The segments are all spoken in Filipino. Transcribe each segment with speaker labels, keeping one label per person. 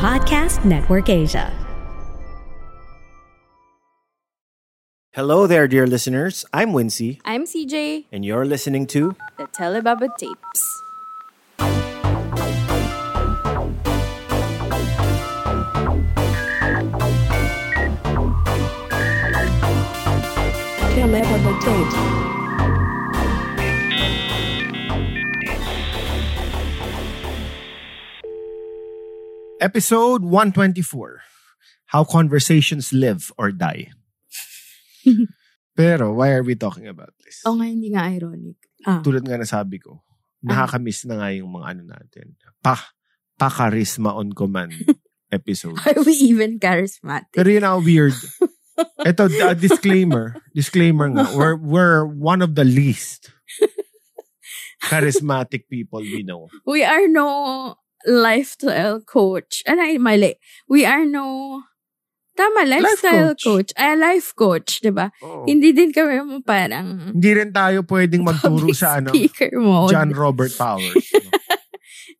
Speaker 1: Podcast Network Asia.
Speaker 2: Hello there, dear listeners. I'm Wincy,
Speaker 3: I'm CJ,
Speaker 2: and you're listening to
Speaker 3: the Telebaba Tapes.
Speaker 2: Episode 124 How Conversations Live or Die. Pero why are we talking about this?
Speaker 3: Oo Oh, nga, hindi nga ironic.
Speaker 1: Ah,
Speaker 2: Tulad nga nasabi ko,
Speaker 3: Ah.
Speaker 2: nakakamiss na nga yung mga ano natin. Pa, pa-charisma on command episode.
Speaker 3: Are we even charismatic?
Speaker 2: Pero yun ang weird. Ito, a disclaimer. Disclaimer nga. We're, we're one of the least charismatic people we know.
Speaker 3: We are no lifestyle coach. And I, mali. We are no... Tama, lifestyle
Speaker 2: coach.
Speaker 3: coach. Ay, life coach, di ba?
Speaker 2: Oo.
Speaker 3: Hindi din kami mo parang
Speaker 2: Hindi rin tayo pwedeng magturo
Speaker 3: public
Speaker 2: sa ano,
Speaker 3: speaker Oh, mode.
Speaker 2: John Robert Powers. no?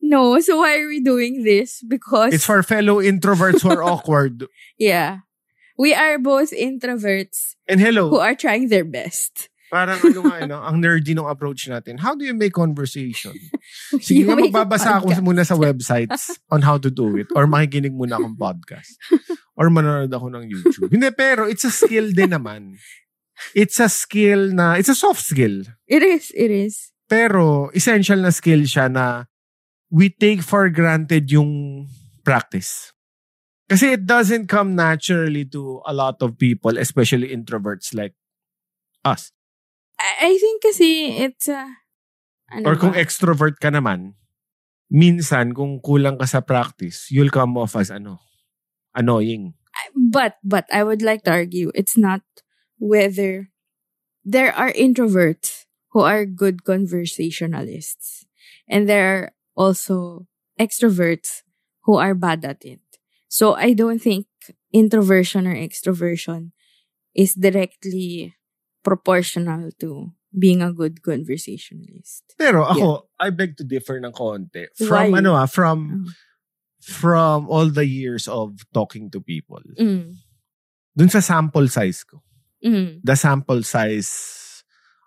Speaker 3: No, so why are we doing this? Because,
Speaker 2: It's for fellow introverts who are awkward.
Speaker 3: yeah. We are both introverts
Speaker 2: And
Speaker 3: who
Speaker 2: hello,
Speaker 3: are trying their best.
Speaker 2: parang ano nga, ano, ang nerdy ng approach natin. How do you make conversation? Sige
Speaker 3: You
Speaker 2: nga,
Speaker 3: make a
Speaker 2: magbabasa ako
Speaker 3: podcast.
Speaker 2: muna sa websites on how to do it. Or makikinig muna akong podcast. Or manonood ako ng YouTube. Hindi, pero it's a skill din naman. It's a skill na, it's a soft skill.
Speaker 3: It is, it is.
Speaker 2: Pero essential na skill siya na we take for granted yung practice. Kasi it doesn't come naturally to a lot of people, especially introverts like us.
Speaker 3: I, I think kasi it's a... ano
Speaker 2: Or kung
Speaker 3: ba?
Speaker 2: extrovert ka naman, minsan kung kulang ka sa practice, you'll come off as ano, annoying.
Speaker 3: but but I would like to argue it's not whether there are introverts who are good conversationalists and there are also extroverts who are bad at it. So I don't think introversion or extroversion is directly proportional to being a good conversationalist.
Speaker 2: Pero ako, I beg to differ ng konti. From
Speaker 3: Why?
Speaker 2: ano ah, from
Speaker 3: Oh.
Speaker 2: from all the years of talking to people.
Speaker 3: Mm.
Speaker 2: Dun sa sample size ko.
Speaker 3: Mm.
Speaker 2: The sample size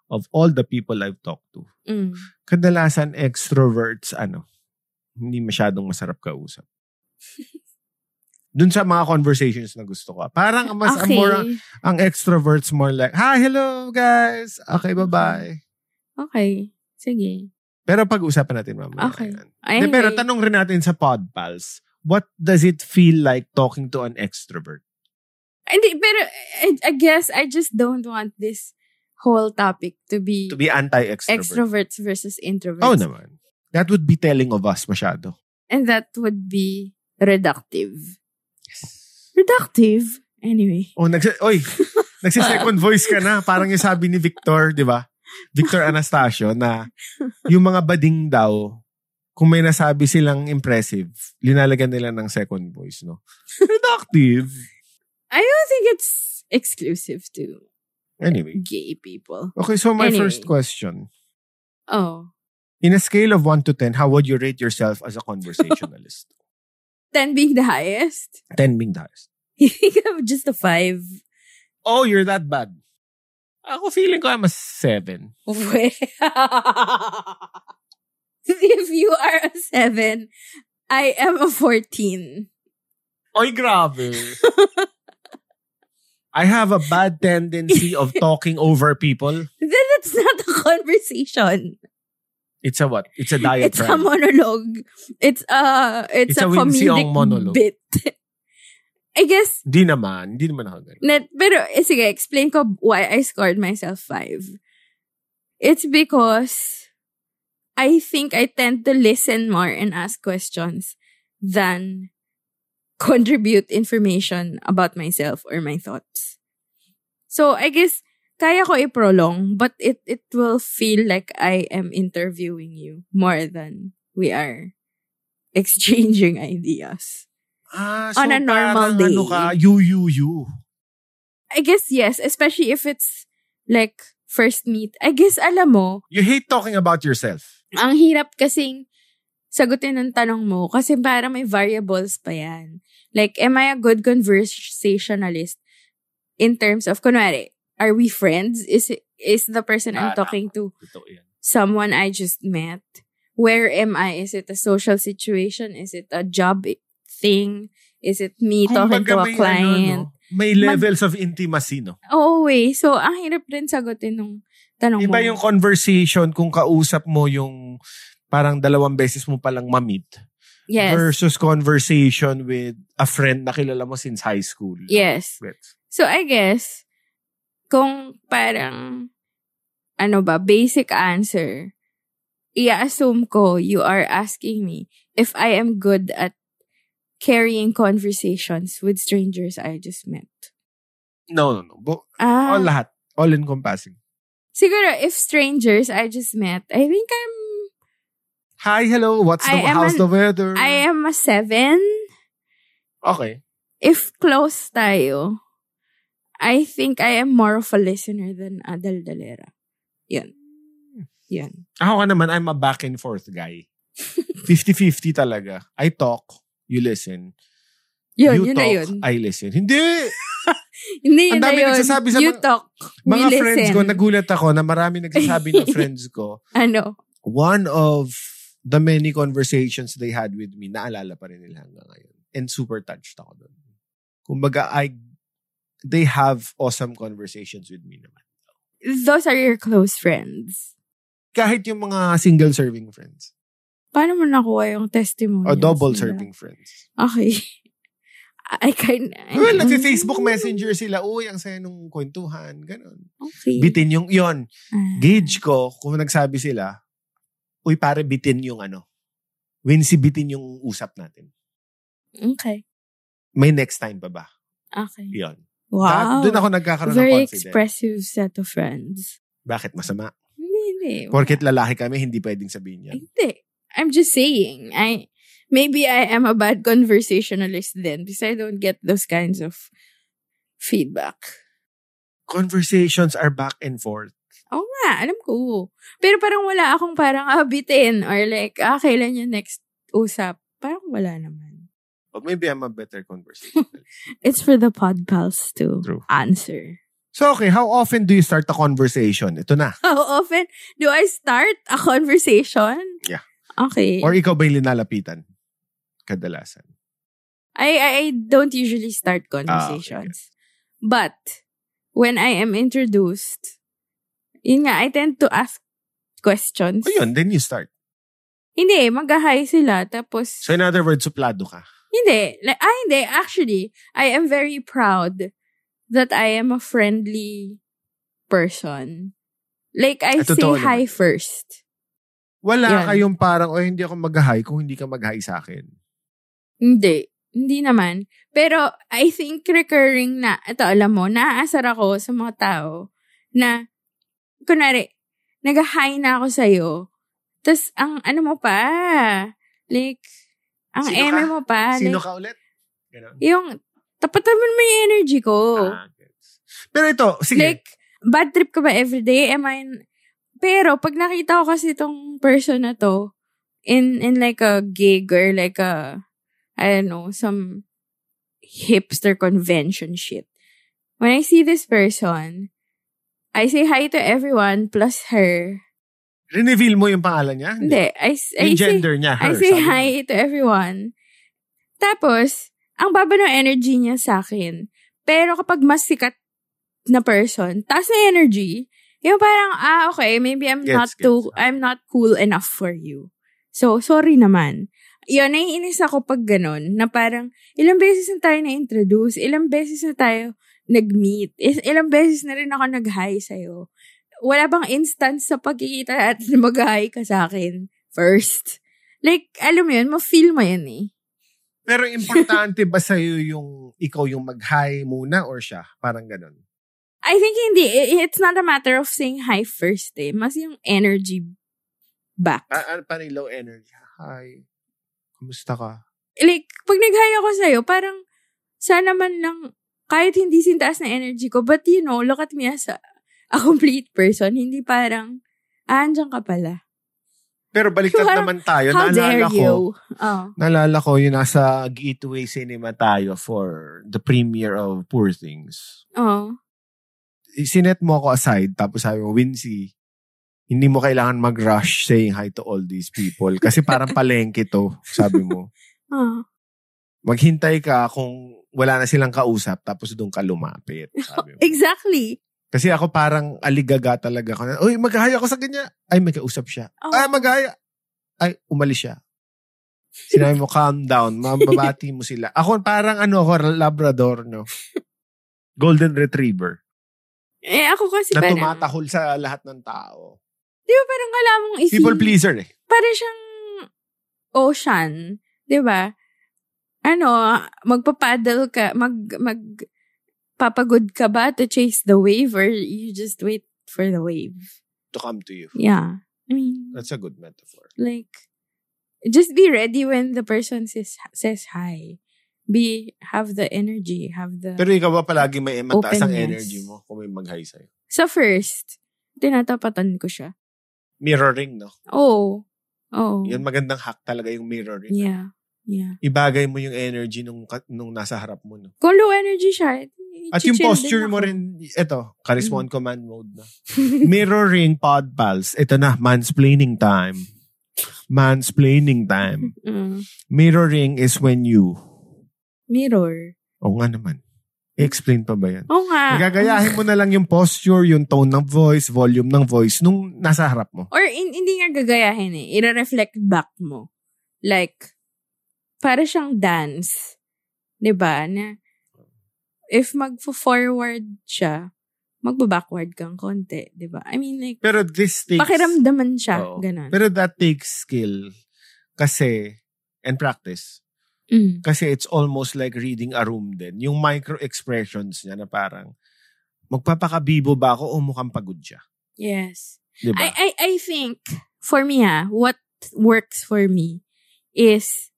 Speaker 2: of all the people I've talked to.
Speaker 3: Mm.
Speaker 2: Kadalasan extroverts ano, hindi masyadong masarap kausap. Dun sa mga conversations na gusto ko. Parang mas uh,
Speaker 3: okay.
Speaker 2: more ang extroverts more like, hi, hello, guys. Okay,
Speaker 3: Mm-hmm.
Speaker 2: bye-bye.
Speaker 3: okay. Sige.
Speaker 2: Pero pag-usapan natin mamaya.
Speaker 3: Okay.
Speaker 2: yan. Hindi, pero tanong rin natin sa pod pals, what does it feel like talking to an extrovert?
Speaker 3: Hindi, pero I, I guess I just don't want this whole topic to be,
Speaker 2: To be anti-extrovert.
Speaker 3: extroverts versus introverts.
Speaker 2: Oh naman. That would be telling of us masyado.
Speaker 3: And that would be reductive. Reductive? Anyway.
Speaker 2: Oh, nagsi- oy, nagsi-second voice ka na. Parang yung sabi ni Victor, di ba? Victor Anastasio na yung mga bading daw, kung may nasabi silang impressive, linalagyan nila ng second voice, no? Reductive.
Speaker 3: I don't think it's exclusive to
Speaker 2: Anyway.
Speaker 3: gay people.
Speaker 2: Okay, so my
Speaker 3: Anyway.
Speaker 2: first question.
Speaker 3: Oh.
Speaker 2: In a scale of 1 to 10, how would you rate yourself as a conversationalist?
Speaker 3: 10 being the highest?
Speaker 2: 10 being the highest.
Speaker 3: You think I'm just a 5?
Speaker 2: Oh, you're that bad. Ako feeling ko I'm a 7.
Speaker 3: Well, if you are a 7, I am a 14.
Speaker 2: Oy, grabe. I have a bad tendency of talking over people.
Speaker 3: Then that's not a conversation.
Speaker 2: It's a what? It's a diagram.
Speaker 3: it's a monologue. It's a it's,
Speaker 2: It's
Speaker 3: a,
Speaker 2: a Wincy
Speaker 3: comedic
Speaker 2: Ong monologue.
Speaker 3: bit. I guess
Speaker 2: Di naman. Di naman ako ganun.
Speaker 3: net pero eh, sige, explain ko why I scored myself 5. It's because I think I tend to listen more and ask questions than contribute information about myself or my thoughts. So I guess kaya ko i-prolong, but it it will feel like I am interviewing you more than we are exchanging ideas.
Speaker 2: Ah,
Speaker 3: On a normal
Speaker 2: parang
Speaker 3: day.
Speaker 2: Ano ka, you, you, you.
Speaker 3: I guess yes, especially if it's like first meet. I guess alam mo,
Speaker 2: You hate talking about yourself.
Speaker 3: ang hirap kasing sagutin ng tanong mo kasi para may variables pa yan. Like, am I a good conversationalist in terms of, kunwari, are we friends? Is is the person I'm
Speaker 4: Ah,
Speaker 3: talking to
Speaker 4: Totoo yan.
Speaker 3: someone I just met? Where am I? Is it a social situation? Is it a job i- thing? Is it me talking
Speaker 2: Kumbaga
Speaker 3: to a
Speaker 2: may ano,
Speaker 3: client?
Speaker 2: no, may levels of intimacy, no?
Speaker 3: Oo, eh. So, ang hirap rin sagutin ng tanong
Speaker 2: Iba
Speaker 3: mo.
Speaker 2: yung conversation kung kausap mo yung parang dalawang beses mo palang mamit
Speaker 3: yes.
Speaker 2: versus conversation with a friend na kilala mo since high school.
Speaker 3: Yes.
Speaker 2: Gets.
Speaker 3: So, I guess, kung parang, ano ba, basic answer, i-assume ko you are asking me if I am good at carrying conversations with strangers I just met.
Speaker 2: No, no, no. Bo-
Speaker 3: Ah,
Speaker 2: all lahat. All encompassing.
Speaker 3: siguro if strangers I just met, I think I'm,
Speaker 2: Hi, hello. What's the,
Speaker 3: I am
Speaker 2: how's
Speaker 3: an-
Speaker 2: the weather?
Speaker 3: I am a seven.
Speaker 2: okay.
Speaker 3: If close tayo, I think I am more of a listener than a daldalera. Yan. Yan.
Speaker 2: Ako ka naman, I'm a back and forth guy. 50-50 talaga. I talk, you listen.
Speaker 3: Yun,
Speaker 2: you
Speaker 3: yun
Speaker 2: talk,
Speaker 3: na yun.
Speaker 2: I listen. Hindi!
Speaker 3: Hindi, yun
Speaker 2: Ang
Speaker 3: na
Speaker 2: dami
Speaker 3: yun.
Speaker 2: nagsasabi sa
Speaker 3: you
Speaker 2: mga-
Speaker 3: talk. we
Speaker 2: Mga
Speaker 3: listen.
Speaker 2: friends ko, nagulat ako na marami nagsasabi ng friends ko.
Speaker 3: Ano?
Speaker 2: One of the many conversations they had with me, naalala pa rin nila hanggang ngayon. And super touched ako doon. Kumbaga, I, they have awesome conversations with me naman.
Speaker 3: Those are your close friends.
Speaker 2: Kahit yung mga single serving friends.
Speaker 3: Paano mo nakuha yung testimony?
Speaker 2: O Oh, double serving friends.
Speaker 3: Okay. I kind
Speaker 2: Well, nagsi-Facebook Messenger sila. Uy, ang saya nung kwentuhan. Ganon.
Speaker 3: Okay.
Speaker 2: Bitin yung, yon
Speaker 3: Ah.
Speaker 2: Gauge ko, kung nagsabi sila, uy, pare, bitin yung ano. Winsi, bitin yung usap natin.
Speaker 3: Okay.
Speaker 2: May next time pa ba?
Speaker 3: Okay.
Speaker 2: Yon.
Speaker 3: Wow.
Speaker 2: Doon ako nagkakaroon
Speaker 3: Very
Speaker 2: ng confidence.
Speaker 3: expressive set of friends.
Speaker 2: Bakit masama?
Speaker 3: Hindi, hindi.
Speaker 2: Porket lalaki kami, hindi pwedeng sabihin yan.
Speaker 3: Hindi. I'm just saying. I maybe I am a bad conversationalist then because I don't get those kinds of feedback.
Speaker 2: Conversations are back and forth.
Speaker 3: Oo nga, alam ko. Pero parang wala akong parang abitin or like, ah, kailan yung next usap? Parang wala naman.
Speaker 2: But maybe I'm a better conversationalist.
Speaker 3: It's for the pod pals to
Speaker 2: True.
Speaker 3: answer.
Speaker 2: so okay, how often do you start a conversation? Ito na.
Speaker 3: How often do I start a conversation?
Speaker 2: Yeah.
Speaker 3: Okay.
Speaker 2: Or ikaw ba yung linalapitan? Kadalasan.
Speaker 3: I, I I don't usually
Speaker 2: Ah,
Speaker 3: start conversations. But when I am introduced, yun nga, I tend to ask questions.
Speaker 2: Ayun, Oh, then you start.
Speaker 3: Hindi, mag-hi sila. Tapos,
Speaker 2: So in other words, suplado ka.
Speaker 3: Hindi. Like, ah, hindi. Actually, I am very proud that I am a friendly person. Like, I
Speaker 2: Ah,
Speaker 3: say
Speaker 2: totoo
Speaker 3: hi
Speaker 2: naman.
Speaker 3: first.
Speaker 2: Wala
Speaker 3: Yan.
Speaker 2: kayong parang, oh, hindi ako mag-hi kung hindi ka mag-hi sa akin.
Speaker 3: Hindi. Hindi naman. Pero, I think recurring na, ito alam mo, naaasar ako sa mga tao na, kunwari, nag-hi na ako sa'yo. Tapos, ang ano mo pa, like, ang
Speaker 2: Sino ka?
Speaker 3: eme mo pa.
Speaker 2: Sino
Speaker 3: Ah, like,
Speaker 2: ka ulit? Ganun.
Speaker 3: Yung, tapatan mo may energy ko.
Speaker 2: Ah, gets. Pero ito, sige.
Speaker 3: Like, bad trip ka ba everyday? Am I... in- Pero, pag nakita ko kasi itong person na to, in, in like a gig or like a, I don't know, some hipster convention shit. When I see this person, I say hi to everyone plus her.
Speaker 2: Rineveal mo yung pangalan niya?
Speaker 3: Hindi, I, s- I
Speaker 2: Yung
Speaker 3: say,
Speaker 2: gender niya, her.
Speaker 3: I say
Speaker 2: sabi mo.
Speaker 3: hi to everyone. Tapos, ang baba ng energy niya sa akin. Pero kapag mas sikat na person, taas na energy, yung parang, ah, okay, maybe I'm
Speaker 2: Gets,
Speaker 3: not too,
Speaker 2: gets.
Speaker 3: I'm not cool enough for you. So, sorry naman. Yun, naiinis ako pag ganun, na parang, ilang beses na tayo na-introduce, ilang beses na tayo nag-meet, is- ilang beses na rin ako nag-hi sa'yo. wala bang instance sa pagkikita natin na mag-hi ka sa akin first? Like, alam mo yun, ma-feel mo yun eh.
Speaker 2: Pero importante ba sa'yo yung ikaw yung mag-hi muna or siya? Parang ganun.
Speaker 3: I think hindi. I- It's not a matter of saying hi first eh. Mas yung energy back.
Speaker 2: Pa- ano, parang low energy. Hi. Kumusta ka?
Speaker 3: like, pag nag-hi ako sa'yo, parang, sana man lang, kahit hindi sintaas na energy ko, but you know, look at me as a, a complete person. Hindi parang, ah, andyan ka pala.
Speaker 2: Pero baliktad
Speaker 3: Parang,
Speaker 2: naman tayo.
Speaker 3: How dare
Speaker 2: naalala ko.
Speaker 3: you? Oh.
Speaker 2: Naalala ko yung nasa Gateway Cinema tayo for the premiere of Poor Things.
Speaker 3: Oh.
Speaker 2: sinet mo ako aside, tapos sabi mo, Wincy, hindi mo kailangan mag-rush saying hi to all these people. Kasi parang palengke to, sabi mo.
Speaker 3: Oh.
Speaker 2: Maghintay ka kung wala na silang kausap, tapos doon ka lumapit. Sabi mo.
Speaker 3: Exactly.
Speaker 2: Kasi ako parang aligaga talaga ako. na, Uy, maghahaya ako sa kanya. Ay, may kausap siya.
Speaker 3: Oh.
Speaker 2: Ay, maghahaya. Ay, umalis siya. Sinabi mo, calm down. Mababati mo sila. Ako parang ano ako, Labrador, no? Golden Retriever.
Speaker 3: Eh, ako kasi
Speaker 2: Na
Speaker 3: parang,
Speaker 2: tumatahol sa lahat ng tao.
Speaker 3: di ba parang wala mong isi.
Speaker 2: People pleaser eh.
Speaker 3: Parang siyang ocean. Di ba? Ano, magpapaddle ka, mag, mag, papagod ka ba to chase the wave or you just wait for the wave?
Speaker 2: To come to you.
Speaker 3: Yeah. I mean,
Speaker 2: That's a good metaphor.
Speaker 3: like, just be ready when the person says says hi. Be have the energy, have the
Speaker 2: Pero ikaw ba palagi may eh, mataas ang
Speaker 3: Openness.
Speaker 2: energy mo kung may mag-hi sa'yo?
Speaker 3: so first. Tinatapatan ko siya.
Speaker 2: Mirroring, no?
Speaker 3: Oh. Oh.
Speaker 2: Yun magandang hack talaga yung mirroring.
Speaker 3: yeah. Yeah.
Speaker 2: Ibagay mo yung energy nung, ka- nung nasa harap mo. No?
Speaker 3: Kung low energy siya,
Speaker 2: At yung
Speaker 3: chichill din
Speaker 2: posture mo
Speaker 3: ako. Mm.
Speaker 2: rin, ito, charisma on command mode na. Mirroring pod pals. Ito na, mansplaining time. Mansplaining time.
Speaker 3: Mm.
Speaker 2: Mirroring is when you,
Speaker 3: Mirror.
Speaker 2: o nga naman, explain pa ba yan?
Speaker 3: Oo nga.
Speaker 2: Gagayahin mo na lang yung posture, yung tone ng voice, volume ng voice nung nasa harap mo.
Speaker 3: Or in- hindi nga gagayahin eh. Ira-reflect back mo. Like, para siyang dance. 'Di ba Na, if magfo-forward siya, magbo-backward kang konti. 'di ba I mean, like,
Speaker 2: Pero this takes...
Speaker 3: pakiramdaman siya.
Speaker 2: Oo.
Speaker 3: Ganon.
Speaker 2: Pero that takes skill. Kasi, and practice.
Speaker 3: Mm.
Speaker 2: Kasi it's almost like reading a room din. Yung micro-expressions niya na parang, magpapakabibo ba ako o mukhang pagod siya?
Speaker 3: Yes.
Speaker 2: Di ba?
Speaker 3: I, I, I think, for me ha, what works for me is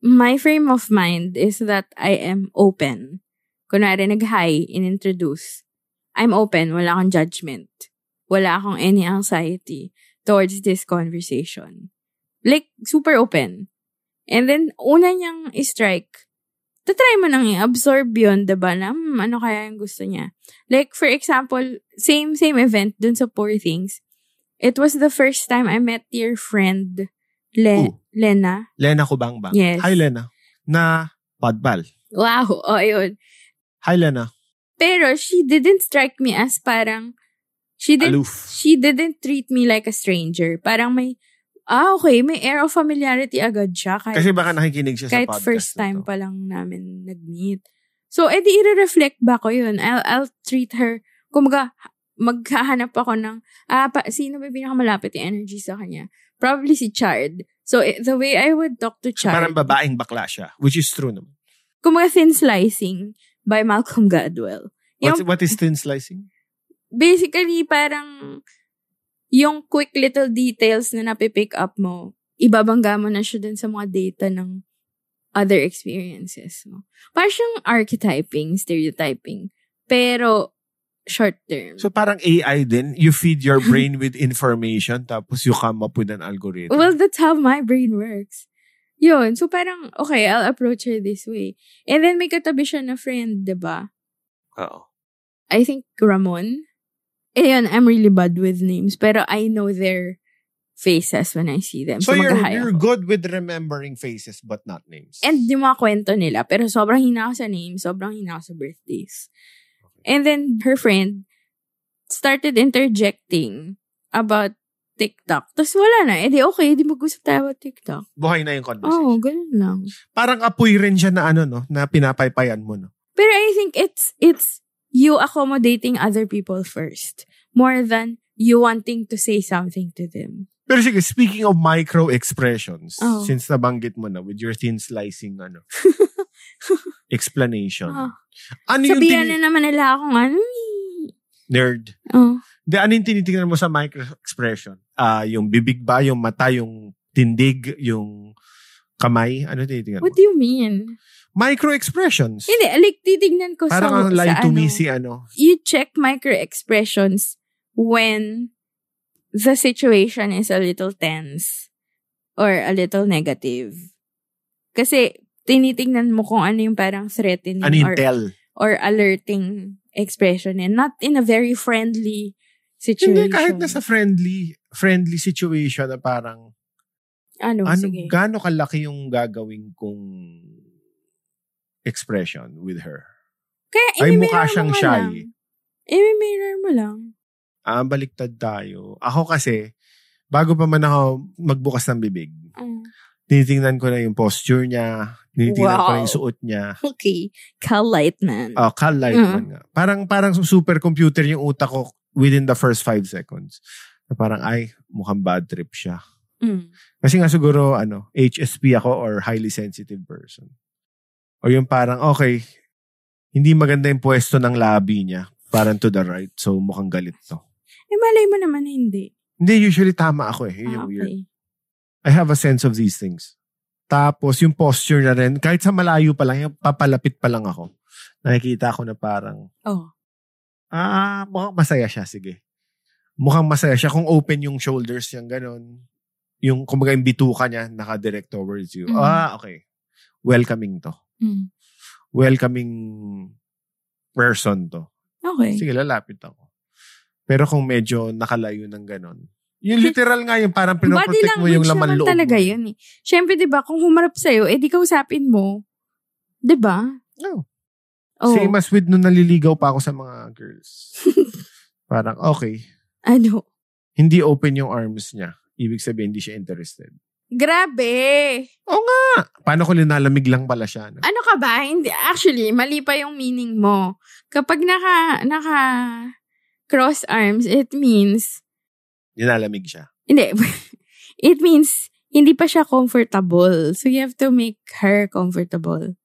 Speaker 3: my frame of mind is that I am open. Kunwari, nag-hi, in-introduce. I'm open. Wala akong judgment. Wala akong any anxiety towards this conversation. Like, super open. And then, una niyang strike, tatry mo nang i-absorb yun, diba? Na, "Hmm, ano kaya yung gusto niya? Like, for example, same, same event dun sa Poor Things. It was the first time I met your friend, Le-
Speaker 2: Ooh.
Speaker 3: Lena.
Speaker 2: Lena Kubangbang.
Speaker 3: Yes.
Speaker 2: Hi, Lena. Na podbal.
Speaker 3: Wow, oh, yun.
Speaker 2: Hi, Lena.
Speaker 3: Pero she didn't strike me as parang, she didn't,
Speaker 2: Aloof.
Speaker 3: she didn't treat me like a stranger. Parang may, ah, okay, may air of familiarity agad siya. Kahit,
Speaker 2: Kasi baka nakikinig siya sa
Speaker 3: kahit
Speaker 2: podcast
Speaker 3: first
Speaker 2: na
Speaker 3: time
Speaker 2: to.
Speaker 3: pa lang namin nag-meet. So, edi i-reflect ba ko yun? I'll, I'll treat her, kumaga, maghahanap ako ng, ah, pa, sino ba yung pinakamalapit yung energy sa kanya? Probably si Chard. So, eh, the way I would talk to Chard,
Speaker 2: Parang babaeng bakla siya. Which is true naman.
Speaker 3: kumaga thin slicing by Malcolm Gladwell.
Speaker 2: What's,
Speaker 3: Yung-
Speaker 2: what is thin slicing?
Speaker 3: basically parang yung quick little details na napipick up mo, ibabangga mo na siya dun sa mga data ng other experiences mo. Parang siyang archetyping, stereotyping, pero short term.
Speaker 2: So parang AI din, you feed your brain with information tapos you come up with an algorithm.
Speaker 3: Well, that's how my brain works. Yun. So parang, okay, I'll approach her this way. And then may katabi siya na friend, 'di ba?
Speaker 2: Oo.
Speaker 3: I think Ramon. Eh yun, I'm really bad with names. Pero I know their faces when I see them.
Speaker 2: So you're,
Speaker 3: mag-hi
Speaker 2: you're
Speaker 3: ako.
Speaker 2: good with remembering faces but not names.
Speaker 3: And yung mga kwento nila. Pero sobrang hina ako sa names, sobrang hina ako sa birthdays. And then her friend started interjecting about TikTok. Tapos wala na. Eh di okay, di mag-usap tayo about TikTok.
Speaker 2: Buhay na yung
Speaker 3: Oo, oh,
Speaker 2: conversation.
Speaker 3: ganun lang.
Speaker 2: Parang apoy rin siya na ano, no? Na pinapaypayan mo, no?
Speaker 3: Pero I think it's it's you accommodating other people first. more than you wanting to say something to them.
Speaker 2: Pero sige, speaking of micro expressions,
Speaker 3: Oh.
Speaker 2: since nabanggit mo na with your thin slicing ano, explanation.
Speaker 3: Oh.
Speaker 2: Ano yung
Speaker 3: Sabihan
Speaker 2: tin-
Speaker 3: na naman nila akong ano eh.
Speaker 2: nerd?
Speaker 3: Oh.
Speaker 2: Hindi, ano yung tinitingnan mo sa micro expression? Ah, yung bibig ba, yung mata, yung tindig, yung kamay? Ano tinitingnan
Speaker 3: What
Speaker 2: mo?
Speaker 3: do you mean?
Speaker 2: Micro expressions.
Speaker 3: Hindi, like, titignan ko
Speaker 2: Parang
Speaker 3: sa,
Speaker 2: ang lie
Speaker 3: sa
Speaker 2: to
Speaker 3: ano.
Speaker 2: me si ano.
Speaker 3: You check micro-expressions when the situation is a little tense or a little negative. Kasi, tinitignan mo kung ano yung parang threatening
Speaker 2: Ano yung
Speaker 3: or,
Speaker 2: tell?
Speaker 3: or alerting expression and not in a very friendly situation.
Speaker 2: Hindi, kahit nasa friendly friendly situation na parang
Speaker 3: Ano,
Speaker 2: ano,
Speaker 3: sige.
Speaker 2: gaano kalaki yung gagawin kong expression with her?
Speaker 3: Kaya,
Speaker 2: Ay,
Speaker 3: imimirror
Speaker 2: mukha
Speaker 3: mo
Speaker 2: siyang
Speaker 3: nga
Speaker 2: shy.
Speaker 3: lang. Imimirror mo lang.
Speaker 2: Ah, baliktad tayo. Ako kasi, bago pa man ako magbukas ng bibig,
Speaker 3: Ah.
Speaker 2: tinitingnan ko na yung posture niya, tinitingnan ko na yung
Speaker 3: Wow.
Speaker 2: suot niya.
Speaker 3: Okay. Cal Lightman.
Speaker 2: Oh, Cal
Speaker 3: Mm-hmm.
Speaker 2: Lightman nga. Parang, parang supercomputer yung utak ko within the first five seconds. Na parang, ay, mukhang bad trip siya.
Speaker 3: Mm.
Speaker 2: Kasi nga siguro, ano, HSP ako or highly sensitive person. Or yung parang, okay, hindi maganda yung pwesto ng labi niya. Parang to the right. So, mukhang galit to.
Speaker 3: Eh, malay mo naman na hindi.
Speaker 2: Hindi, usually tama ako eh. Yun yung
Speaker 3: Ah,
Speaker 2: weird.
Speaker 3: okay.
Speaker 2: I have a sense of these things. Tapos, yung posture na rin, kahit sa malayo pa lang, yung papalapit pa lang ako, nakikita ko na parang,
Speaker 3: Oh.
Speaker 2: ah, mukhang masaya siya, sige. Mukhang masaya siya kung open yung shoulders niyang ganun. Yung, kumbaga, yung bituka niya, nakadirect towards you.
Speaker 3: Mhm.
Speaker 2: Ah, okay. Welcoming to.
Speaker 3: Mm.
Speaker 2: Welcoming person to.
Speaker 3: Okay.
Speaker 2: Sige, lalapit ako. Pero kung medyo nakalayo ng ganun, yung literal nga yung parang
Speaker 3: Body
Speaker 2: pinoprotect mo
Speaker 3: language
Speaker 2: yung laman
Speaker 3: naman
Speaker 2: loob
Speaker 3: talaga
Speaker 2: mo.
Speaker 3: yun eh. Siyempre, di ba, kung humarap sa'yo, eh di kausapin mo. Di ba?
Speaker 2: No.
Speaker 3: Oh.
Speaker 2: Same as with nung naliligaw pa ako sa mga girls. Parang, okay.
Speaker 3: Ano?
Speaker 2: Hindi open yung arms niya. Ibig sabihin, hindi siya interested.
Speaker 3: Grabe!
Speaker 2: Paano kung linalamig lang pala siya? No?
Speaker 3: Ano ka ba? Hindi, actually, mali pa yung meaning mo. Kapag naka, naka cross arms, it means,
Speaker 2: Linalamig siya.
Speaker 3: hindi, it means, hindi pa siya comfortable. So, you have to make her comfortable.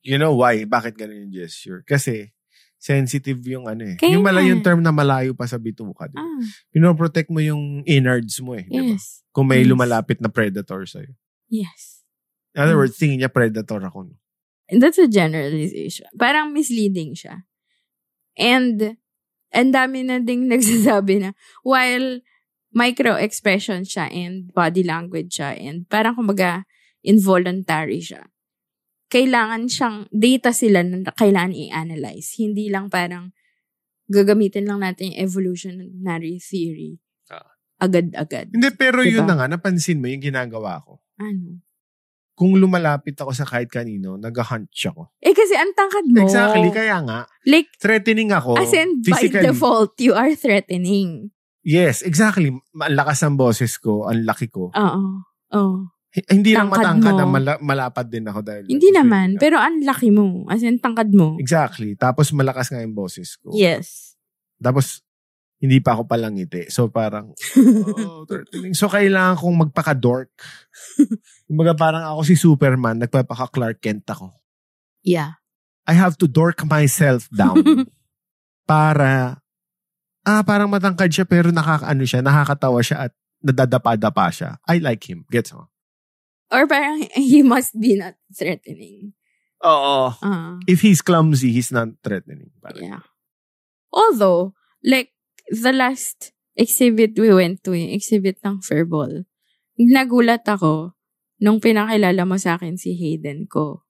Speaker 2: You know why? Bakit ganun yung gesture? Kasi, sensitive yung ano eh.
Speaker 3: Kaya
Speaker 2: yung malayo
Speaker 3: nga.
Speaker 2: yung term na malayo pa sa bituka. Diba?
Speaker 3: Ah,
Speaker 2: Pinoprotect mo yung innards mo eh. di ba?
Speaker 3: yes.
Speaker 2: Kung may
Speaker 3: Yes.
Speaker 2: lumalapit na predator sa'yo.
Speaker 3: Yes.
Speaker 2: In other
Speaker 3: Mm.
Speaker 2: words, tingin niya predator ako. no?
Speaker 3: that's a generalization. Parang misleading siya. And, ang dami na ding nagsasabi na, while micro-expression siya and body language siya and parang kumbaga involuntary siya. Kailangan siyang, data sila na kailangan i-analyze. Hindi lang parang gagamitin lang natin yung evolutionary theory. Agad-agad.
Speaker 2: Hindi, pero yun
Speaker 3: Diba?
Speaker 2: na nga, napansin mo yung ginagawa ko.
Speaker 3: Ano?
Speaker 2: Kung lumalapit ako sa kahit kanino, nag-hunt siya ko.
Speaker 3: Eh kasi ang tangkad mo.
Speaker 2: Exactly, kaya nga.
Speaker 3: like,
Speaker 2: Threatening ako.
Speaker 3: as in, by
Speaker 2: physically.
Speaker 3: default, you are threatening.
Speaker 2: Yes, exactly. Ma- Ang lakas ng boses ko, ang laki ko.
Speaker 3: Oo. Oo.
Speaker 2: H- hindi lang
Speaker 3: tangkad
Speaker 2: matangkad,
Speaker 3: mo.
Speaker 2: ang mala- malapad din ako dahil.
Speaker 3: Hindi
Speaker 2: nasa feeling
Speaker 3: naman.
Speaker 2: na-
Speaker 3: Pero ang laki mo. As in, tangkad mo.
Speaker 2: Exactly. Tapos malakas nga yung boses ko.
Speaker 3: Yes.
Speaker 2: Tapos, hindi pa ako palangiti. So parang, oh, threatening. So kailangan kong magpaka-dork. Kumbaga parang ako si Superman, nagpapaka-Clark Kent ako.
Speaker 3: Yeah.
Speaker 2: I have to dork myself down para ah parang matangkad siya pero nakakaano siya, nakakatawa siya at nadadapa-dapa siya. I like him. Gets mo?
Speaker 3: Or parang, he must be not threatening.
Speaker 2: Oo.
Speaker 3: Ah,
Speaker 2: If he's clumsy, he's not threatening. Parang.
Speaker 3: yeah. Although, like, the last exhibit we went to, yung exhibit ng furball, nagulat ako nung pinakilala mo sa akin si Hayden ko.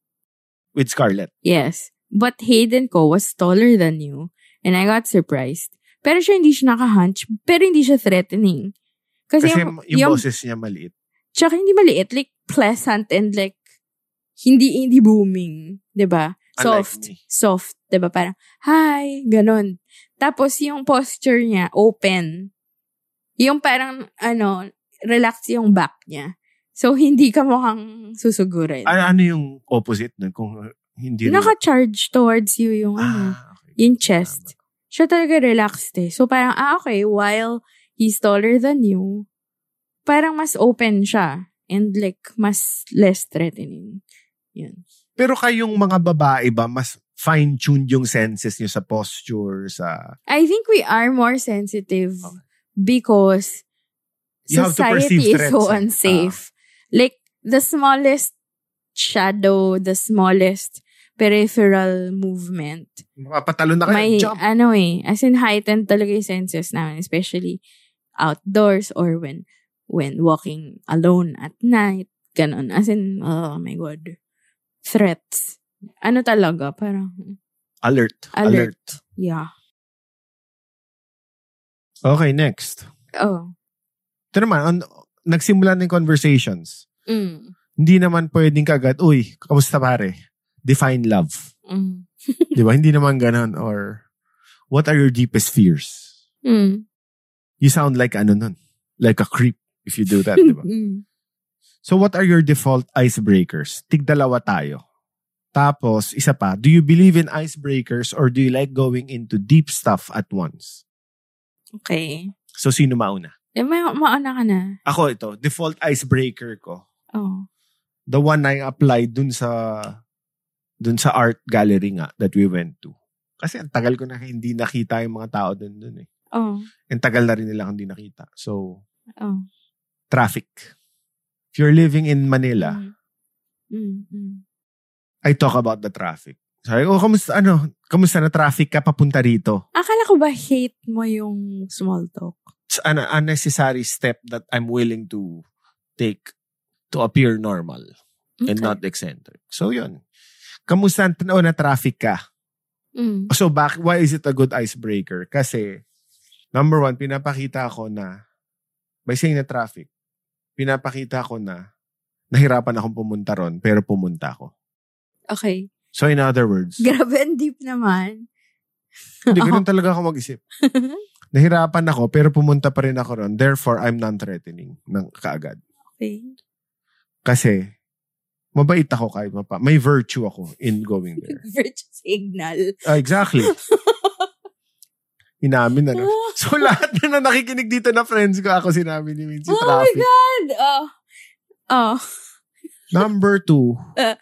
Speaker 2: With Scarlett.
Speaker 3: Yes. But Hayden ko was taller than you. And I got surprised. Pero siya hindi siya naka-hunch. Pero hindi siya threatening. Kasi,
Speaker 2: Kasi
Speaker 3: yung,
Speaker 2: yung, yung
Speaker 3: yung
Speaker 2: boses niya maliit.
Speaker 3: Tsaka hindi maliit, like pleasant and like hindi hindi booming, 'di ba?
Speaker 2: Unlike
Speaker 3: Soft,
Speaker 2: me.
Speaker 3: soft, 'di ba? Parang hi, ganun. Tapos yung posture niya open. Yung parang ano, relax yung back niya. So hindi ka mukhang susugurin.
Speaker 2: Ano, ano yung opposite nun? Kung hindi rin- Ah.
Speaker 3: Naka-charge towards you yung ano,
Speaker 2: okay.
Speaker 3: yung chest.
Speaker 2: Tama.
Speaker 3: siya talaga relaxed eh. So parang, ah okay, while he's taller than you, parang mas open siya. And like, mas less threatening. Yun.
Speaker 2: Pero kayong mga babae ba, mas fine-tuned yung senses nyo sa posture, sa...
Speaker 3: I think we are more sensitive because
Speaker 2: You have to perceive
Speaker 3: society is so
Speaker 2: threats, eh.
Speaker 3: unsafe. Like, the smallest shadow, the smallest peripheral movement.
Speaker 2: Mapapatalo na kayo.
Speaker 3: May,
Speaker 2: jump!
Speaker 3: ano eh, as in heightened talaga yung senses namin, especially outdoors or when when walking alone at night. Ganon. As in, oh my God. Threats. Ano talaga? Parang,
Speaker 2: Alert.
Speaker 3: Alert. yeah.
Speaker 2: Okay, next.
Speaker 3: Oh.
Speaker 2: Ito naman, on- nagsimula ng conversations.
Speaker 3: Mm.
Speaker 2: Hindi naman pwedeng kagad, uy, kamusta pare? Define love.
Speaker 3: Mm.
Speaker 2: Di ba? Hindi naman ganun. Or, what are your deepest fears?
Speaker 3: Mm.
Speaker 2: You sound like ano nun. Like a creep if you do that, di ba?
Speaker 3: Mm.
Speaker 2: So what are your default icebreakers? Tigdalawa tayo. Tapos, isa pa, do you believe in icebreakers or do you like going into deep stuff at once?
Speaker 3: Okay.
Speaker 2: So, sino mauna?
Speaker 3: Eh, may mauna ka na.
Speaker 2: Ako ito, default icebreaker ko.
Speaker 3: Oh.
Speaker 2: The one I applied dun sa dun sa art gallery nga that we went to. Kasi ang tagal ko na hindi nakita yung mga tao dun dun eh.
Speaker 3: Oh.
Speaker 2: Ang tagal na rin nila akong hindi nakita. So,
Speaker 3: Oh.
Speaker 2: traffic. If you're living in Manila,
Speaker 3: Mm. Mm.
Speaker 2: I talk about the traffic. Sabi ko, oh, kamusta, ano, kamusta na traffic ka papunta rito?
Speaker 3: Akala ko ba hate mo yung small talk?
Speaker 2: It's an unnecessary step that I'm willing to take to appear normal and
Speaker 3: Okay.
Speaker 2: not eccentric. So, yun. Kamusta na, oh, na traffic ka?
Speaker 3: Mm.
Speaker 2: So, back, why is it a good icebreaker? Kasi, number one, pinapakita ko na, by saying na traffic, pinapakita ko na, nahirapan akong pumunta ron, pero pumunta ako.
Speaker 3: Okay.
Speaker 2: So, in other words,
Speaker 3: Grabe, ang deep naman.
Speaker 2: Hindi, ganun talaga ako mag-isip. Nahirapan ako, pero pumunta pa rin ako ron. Therefore, I'm non-threatening ng kaagad.
Speaker 3: Okay.
Speaker 2: Kasi, mabait ako kahit mapa. May virtue ako in going there.
Speaker 3: Virtue signal.
Speaker 2: Ah, exactly. Inamin na. no?
Speaker 3: Oh,
Speaker 2: So, lahat na, na nakikinig dito na friends ko, ako sinabi ni Mincy
Speaker 3: oh my
Speaker 2: Traffic.
Speaker 3: God! Oh. Oh.
Speaker 2: Number two,
Speaker 3: oh.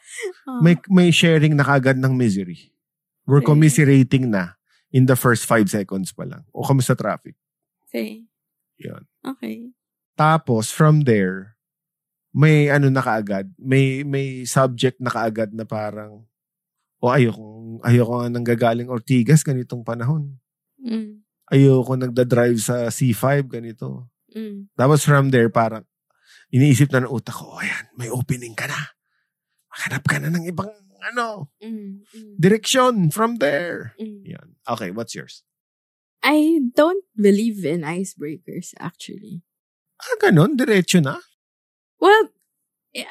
Speaker 2: may, may sharing na kaagad ng misery. We're
Speaker 3: Okay.
Speaker 2: commiserating na in the first five seconds pa lang. O kamusta traffic?
Speaker 3: Okay.
Speaker 2: Yun.
Speaker 3: Okay.
Speaker 2: Tapos, from there, may ano na kaagad, may, may subject na kaagad na parang, o ayoko, ayoko nga nanggagaling Ortigas ganitong panahon.
Speaker 3: Mm.
Speaker 2: Ayoko nagda-drive sa C5 ganito.
Speaker 3: Mm.
Speaker 2: Tapos from there, parang iniisip na ng utak ko, oh, ayan, may opening ka na. Maghanap ka na ng ibang ano,
Speaker 3: Mm. Mm.
Speaker 2: direction from there.
Speaker 3: Mm.
Speaker 2: Yan. Okay, what's yours?
Speaker 3: I don't believe in icebreakers, actually.
Speaker 2: Ah, ganun, diretso na.
Speaker 3: Well,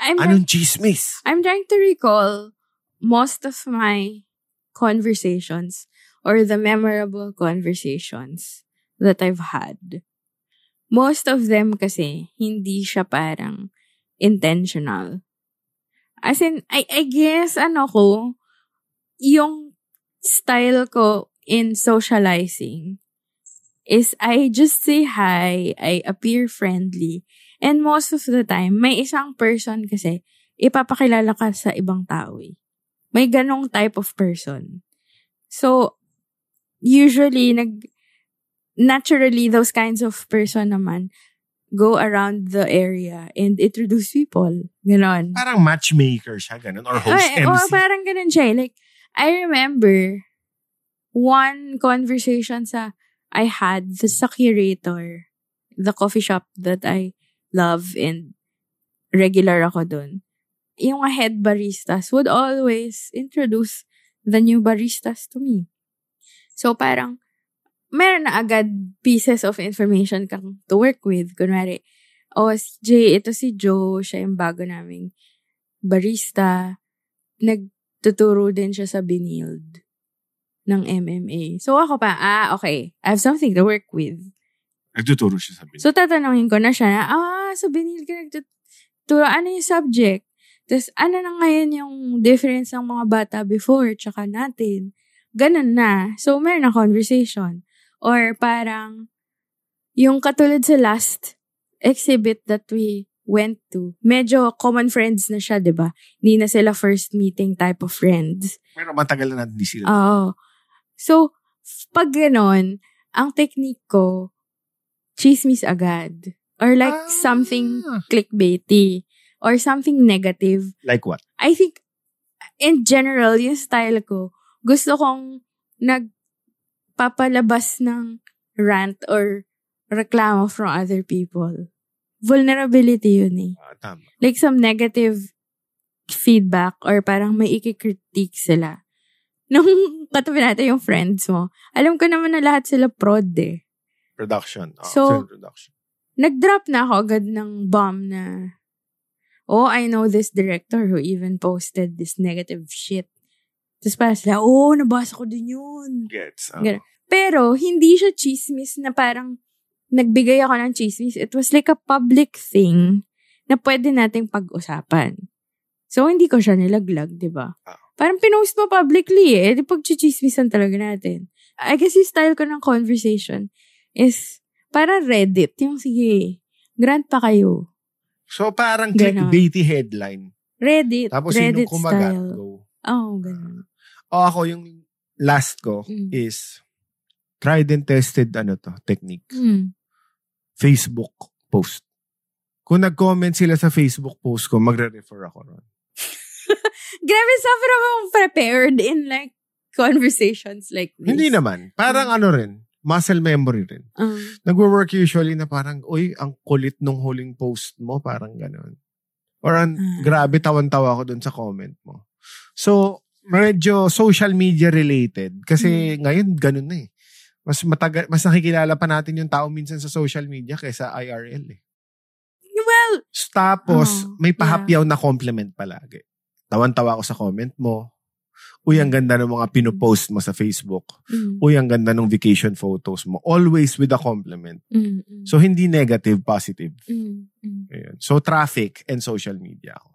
Speaker 3: I'm not
Speaker 2: Anong chismis?
Speaker 3: I'm trying to recall most of my conversations or the memorable conversations that I've had. Most of them kasi hindi siya parang intentional. As in, I, I guess ano ko, yung style ko in socializing is I just say hi, I appear friendly, and most of the time, may isang person kasi ipapakilala ka sa ibang tao eh. May ganong type of person. So, usually, nag, naturally, those kinds of person naman go around the area and introduce people. Ganon.
Speaker 2: Parang matchmaker siya, ganun. Or host MC.
Speaker 3: Ay, oo, oh, parang ganun siya eh. Like, I remember one conversation sa I had sa curator, the coffee shop that I love and regular ako dun. Yung mga head baristas would always introduce the new baristas to me. So parang, meron na agad pieces of information kang to work with. Kunwari, oh, si Jay, ito si Joe, siya yung bago naming barista. Nagtuturo din siya sa Binild ng MMA. So ako pa, ah, okay, I have something to work with.
Speaker 2: Nagtuturo siya sa
Speaker 3: So tatanungin ko na siya na, ah, so Binild ka nagtuturo, ano yung subject? Tapos ano na ngayon yung difference ng mga bata before tsaka natin? ganun na. So, meron na conversation. Or parang, yung katulad sa last exhibit that we went to, medyo common friends na siya, di ba? Hindi na sila first meeting type of friends.
Speaker 2: Pero matagal na hindi sila.
Speaker 3: Oo. So, f- pag ganon, ang technique ko, chismis agad. Or
Speaker 2: Ah.
Speaker 3: like something clickbaity. Or something negative.
Speaker 2: Like what?
Speaker 3: I think, in general, yung style ko, gusto kong nagpapalabas ng rant or reklamo from other people. Vulnerability yun eh
Speaker 2: Ah, tama.
Speaker 3: like some negative feedback or parang may ikikritique sila. Nung katabi natin yung friends mo, alam ko naman na lahat sila prod eh.
Speaker 2: Production. Oh,
Speaker 3: So-
Speaker 2: film production.
Speaker 3: Nag-drop na ako agad ng bomb na, oh, I know this director who even posted this negative shit. Tapos parang sila, oh, nabasa ko din yun.
Speaker 2: Gets. Oh.
Speaker 3: Ganun. Pero, hindi siya chismis na parang nagbigay ako ng chismis. It was like a public thing na pwede nating pag-usapan. So, hindi ko siya nilaglag, di ba?
Speaker 2: Ah.
Speaker 3: Parang pinost mo publicly eh. Di pag-chismisan talaga natin. I guess yung style ko ng conversation is para Reddit. Yung sige, grant pa kayo.
Speaker 2: So parang
Speaker 3: Ganun.
Speaker 2: clickbaity headline.
Speaker 3: Reddit.
Speaker 2: Tapos
Speaker 3: Reddit
Speaker 2: sinong kumagat,
Speaker 3: style.
Speaker 2: go.
Speaker 3: Oh, ganun.
Speaker 2: O ako yung last ko
Speaker 3: Mm.
Speaker 2: is tried and tested ano to, technique.
Speaker 3: Hmm.
Speaker 2: Facebook post. Kung nag-comment sila sa Facebook post ko, magre-refer ako ron.
Speaker 3: Grabe, sobrang akong prepared in like conversations like this.
Speaker 2: Hindi naman. Parang ano rin, muscle memory rin.
Speaker 3: Um,
Speaker 2: Nagwo-work usually na parang, uy, ang kulit nung huling post mo, parang ganun. Or ang
Speaker 3: Ah.
Speaker 2: grabe tawan-tawa ako dun sa comment mo. So, medyo social media related.
Speaker 3: Mm.
Speaker 2: Kasi ngayon, ganun na eh. Mas, matagal, mas nakikilala pa natin yung tao minsan sa social media kaysa IRL eh.
Speaker 3: well,
Speaker 2: Tapos,
Speaker 3: Oh,
Speaker 2: may pahapyaw na compliment palagi. Tawan-tawa ako sa comment mo. Uy, ang ganda ng mga pinopost mo sa Facebook.
Speaker 3: mm,
Speaker 2: Uy, ang ganda ng vacation photos mo. Always with a compliment.
Speaker 3: mm, mm,
Speaker 2: So, hindi negative, positive.
Speaker 3: mm, mm.
Speaker 2: Ayan. So, traffic and social media. ako.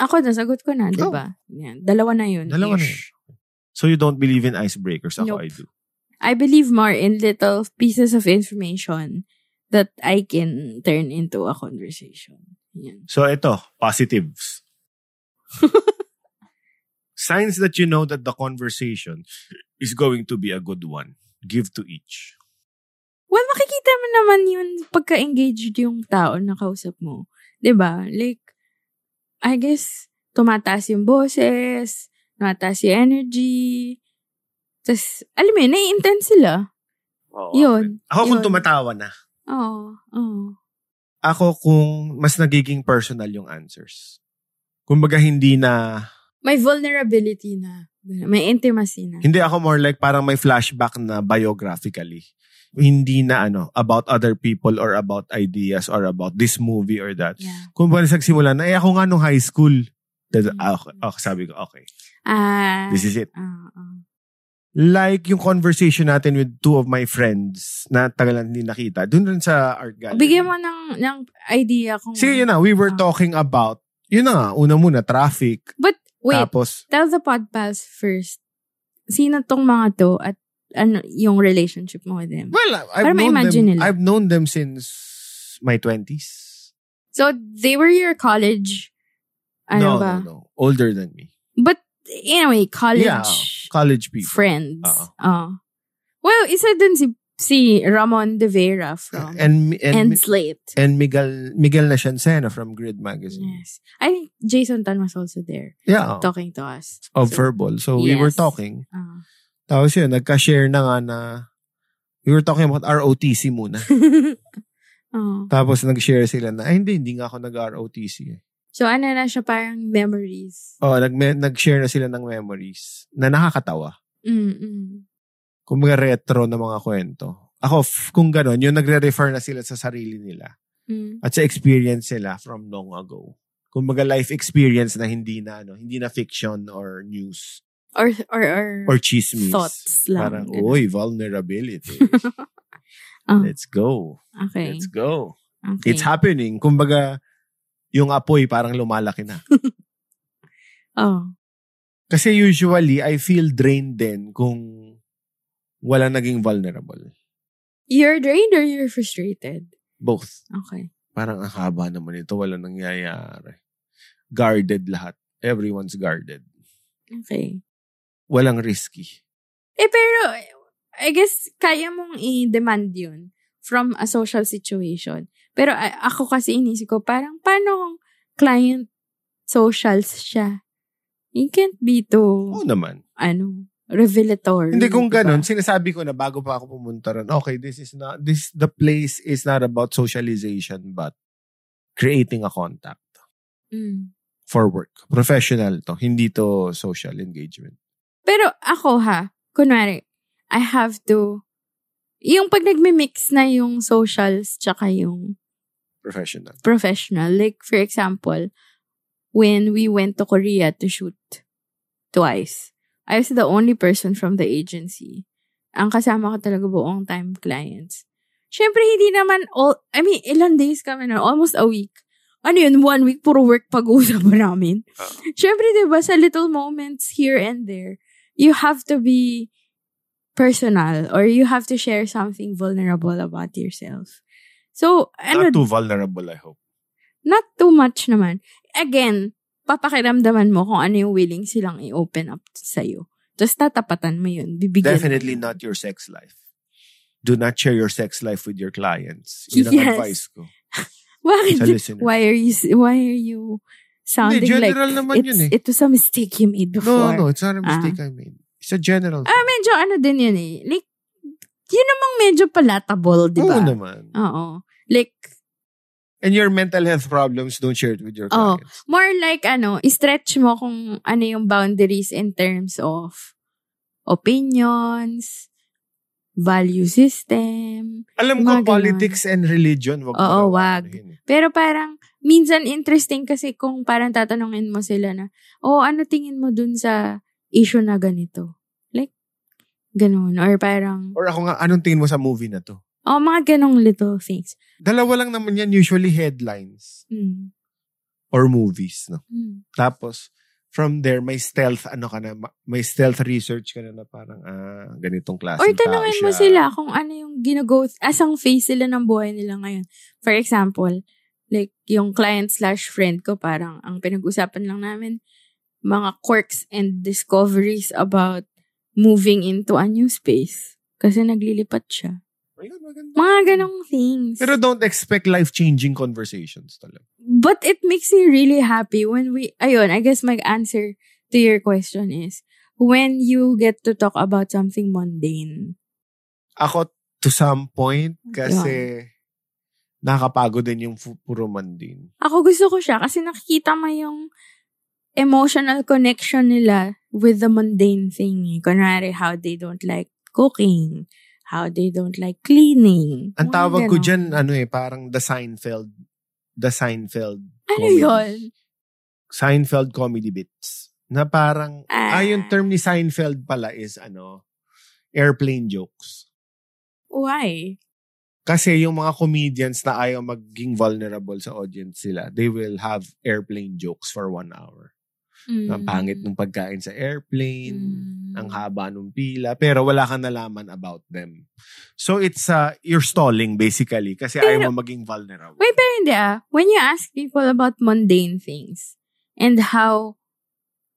Speaker 3: Ako, nasagot ko na, di
Speaker 2: Go.
Speaker 3: ba? Yan, dalawa na yun.
Speaker 2: Oh. Dalawa na
Speaker 3: Ish.
Speaker 2: So, you don't believe in icebreakers. Ako,
Speaker 3: Nope.
Speaker 2: I do.
Speaker 3: I believe more in little pieces of information that I can turn into a conversation. Yan.
Speaker 2: So, ito, positives. Signs that you know that the conversation is going to be a good one. Give to each.
Speaker 3: Well, makikita mo naman yun pagka-engaged yung tao na kausap mo. Di ba? Like, I guess, tumataas yung boses, tumataas yung energy, tas, alam mo yun, nai-intense sila. Yun.
Speaker 2: Ako kung
Speaker 3: Yun.
Speaker 2: tumatawa na.
Speaker 3: Oo. Oo.
Speaker 2: Ako kung mas nagiging personal yung answers. Kumbaga hindi na,
Speaker 3: May vulnerability na. May intimacy na.
Speaker 2: hindi ako more like parang may flashback na biographically. Hindi na ano, about other people or about ideas or about this movie or that.
Speaker 3: Yeah.
Speaker 2: Kung parang nagsimula na, eh ako nga nung high school. Then,
Speaker 3: Mm.
Speaker 2: ah, okay, okay, sabi ko, okay,
Speaker 3: Ah.
Speaker 2: this is it.
Speaker 3: ah, ah.
Speaker 2: Like yung conversation natin with two of my friends na tagal na hindi nakita. Doon rin sa art gallery.
Speaker 3: Bigyan mo Ah. ng, ng idea kung...
Speaker 2: Sige, yun na. We were talking about, yun na nga, una muna, traffic.
Speaker 3: But, wait.
Speaker 2: Tapos,
Speaker 3: tell the pod pals first. Sino tong mga to at ano yung relationship mo with them?
Speaker 2: well, I've
Speaker 3: Para
Speaker 2: known
Speaker 3: ma-imagine
Speaker 2: them,
Speaker 3: nila.
Speaker 2: I've known them since my 20s.
Speaker 3: So, they were your college, ano
Speaker 2: no,
Speaker 3: ba?
Speaker 2: no, no. Older than me.
Speaker 3: But, anyway, college
Speaker 2: Yeah, college people. Uh-uh.
Speaker 3: friends.
Speaker 2: Oo.
Speaker 3: Oh. Well, isa dun si, si Ramon De Vera from
Speaker 2: And, and, and,
Speaker 3: and Slate.
Speaker 2: Miguel, Miguel Nascenceno from Grid Magazine.
Speaker 3: Yes. I think Jason Tan was also there
Speaker 2: Yeah, oh,
Speaker 3: talking to us.
Speaker 2: of
Speaker 3: So,
Speaker 2: verbal. So we were
Speaker 3: Yes.
Speaker 2: talking.
Speaker 3: ah.
Speaker 2: Tapos yun, nagka-share na nga na we were talking about ROTC muna.
Speaker 3: Oo.
Speaker 2: Tapos nag-share sila na, ay hindi, hindi nga ako nag-ROTC eh.
Speaker 3: So, ano na siya parang memories.
Speaker 2: Oh, nag nag-share na sila ng memories na nakakatawa.
Speaker 3: Mm-mm.
Speaker 2: Kung mga retro na mga kwento. Ako, f- kung gano'n, yung nagre-refer na sila sa sarili nila
Speaker 3: Mm.
Speaker 2: at sa experience nila from long ago. Kung mga life experience na hindi na, ano, hindi na fiction or news
Speaker 3: Or, or, or,
Speaker 2: or chismis.
Speaker 3: Thoughts lang.
Speaker 2: Parang, uy, vulnerability.
Speaker 3: Oh,
Speaker 2: Let's go.
Speaker 3: okay.
Speaker 2: Let's go.
Speaker 3: okay.
Speaker 2: It's happening. Kumbaga, yung apoy parang lumalaki na.
Speaker 3: Oh.
Speaker 2: Kasi usually, I feel drained din kung wala naging vulnerable.
Speaker 3: You're drained or you're frustrated?
Speaker 2: Both.
Speaker 3: Okay.
Speaker 2: Parang ang haba naman ito, wala nangyayari. Guarded lahat. Everyone's guarded.
Speaker 3: Okay.
Speaker 2: Walang risky.
Speaker 3: Eh, pero, I guess, kaya mong i-demand yun from a social situation. Pero a- ako kasi inisip ko, parang, paano kung client socials siya? You can't be too,
Speaker 2: Oo naman.
Speaker 3: ano, revelatory.
Speaker 2: Hindi kung
Speaker 3: diba?
Speaker 2: ganun, sinasabi ko na bago pa ako pumunta ron, okay, this is not, this, the place is not about socialization but creating a contact
Speaker 3: Mm.
Speaker 2: for work. Professional to. Hindi to social engagement.
Speaker 3: Pero ako ha, kunwari, I have to, yung pag nagme-mix na yung socials tsaka yung
Speaker 2: Professional.
Speaker 3: professional, like for example, when we went to Korea to shoot twice, I was the only person from the agency. Ang kasama ko talaga buong time clients. Siyempre, hindi naman all, I mean, ilan days kami na, almost a week. Ano yun, one week, puro work pag-uusapan namin. Siyempre, di ba, sa little moments here and there, you have to be personal or you have to share something vulnerable about yourself. So, ano
Speaker 2: Not too vulnerable, I hope.
Speaker 3: not too much naman. Again, papakiramdaman mo kung ano yung willing silang i-open up sa'yo. Tapos tatapatan mo yun. Bibigyan.
Speaker 2: Definitely not your sex life. Do not share your sex life with your clients. Yun ang
Speaker 3: Yes.
Speaker 2: advice ko.
Speaker 3: Bakit?
Speaker 2: Sa listeners.
Speaker 3: Why are you, why are you sounding
Speaker 2: Hindi,
Speaker 3: like
Speaker 2: general naman
Speaker 3: it's,
Speaker 2: yun eh.
Speaker 3: it was a mistake you made
Speaker 2: No,
Speaker 3: before?
Speaker 2: no, it's not a mistake I made. It's a general
Speaker 3: Ah,
Speaker 2: thing.
Speaker 3: medyo ano din yun eh. Like, yun namang medyo palatable, di ba? Oh.
Speaker 2: Oo naman.
Speaker 3: Oo. Like,
Speaker 2: And your mental health problems, don't share it with your
Speaker 3: Oh.
Speaker 2: clients.
Speaker 3: more like ano, i-stretch mo kung ano yung boundaries in terms of opinions, value system,
Speaker 2: Alam
Speaker 3: Mga
Speaker 2: ko,
Speaker 3: ganun.
Speaker 2: politics and religion, wag mo
Speaker 3: Oo,
Speaker 2: raw
Speaker 3: wag.
Speaker 2: anuhin eh.
Speaker 3: Pero parang, minsan interesting kasi kung parang tatanungin mo sila na, oh, ano tingin mo dun sa issue na ganito? Like, ganun. Or parang,
Speaker 2: Or ako nga, anong tingin mo sa movie na to?
Speaker 3: oh, mga ganong little things.
Speaker 2: Dalawa lang naman yan, usually headlines
Speaker 3: Mm.
Speaker 2: or movies. No?
Speaker 3: Mm.
Speaker 2: Tapos, from there, may stealth, ano ka na, ma- may stealth research ka na na parang, ah, ganitong klase.
Speaker 3: Or tanungin mo sila kung ano yung ginago, asang phase sila ng buhay nila ngayon. For example, like yung client slash friend ko, parang ang pinag-usapan lang namin, mga quirks and discoveries about moving into a new space. Kasi naglilipat siya.
Speaker 2: Ayun, maganda.
Speaker 3: Mga ganong things.
Speaker 2: Pero don't expect life-changing conversations talaga.
Speaker 3: But it makes me really happy when we, ayun, I guess my answer to your question is, when you get to talk about something mundane.
Speaker 2: Ako, to some point, kasi nakakapagod din yung fu- puro mandin.
Speaker 3: Ako gusto ko siya kasi nakikita mo yung emotional connection nila with the mundane thing. eh. Kunwari, how they don't like cooking, how they don't like cleaning.
Speaker 2: Ang
Speaker 3: Mga
Speaker 2: tawag ko
Speaker 3: ganon.
Speaker 2: dyan, ano eh, parang the Seinfeld, the Seinfeld
Speaker 3: Ano
Speaker 2: comedy.
Speaker 3: yun?
Speaker 2: Seinfeld comedy bits. Na parang,
Speaker 3: Ah.
Speaker 2: ah, yung term ni Seinfeld pala is ano, airplane jokes.
Speaker 3: Why?
Speaker 2: Kasi yung mga comedians na ayaw maging vulnerable sa audience sila, they will have airplane jokes for one hour.
Speaker 3: Mm.
Speaker 2: Ang pangit ng pagkain sa airplane, ang haba ng pila, pero wala kang nalaman about them. So it's, uh, you're stalling basically kasi
Speaker 3: Pero-
Speaker 2: ayaw mo maging vulnerable.
Speaker 3: Wait, pero hindi ah. When you ask people about mundane things and how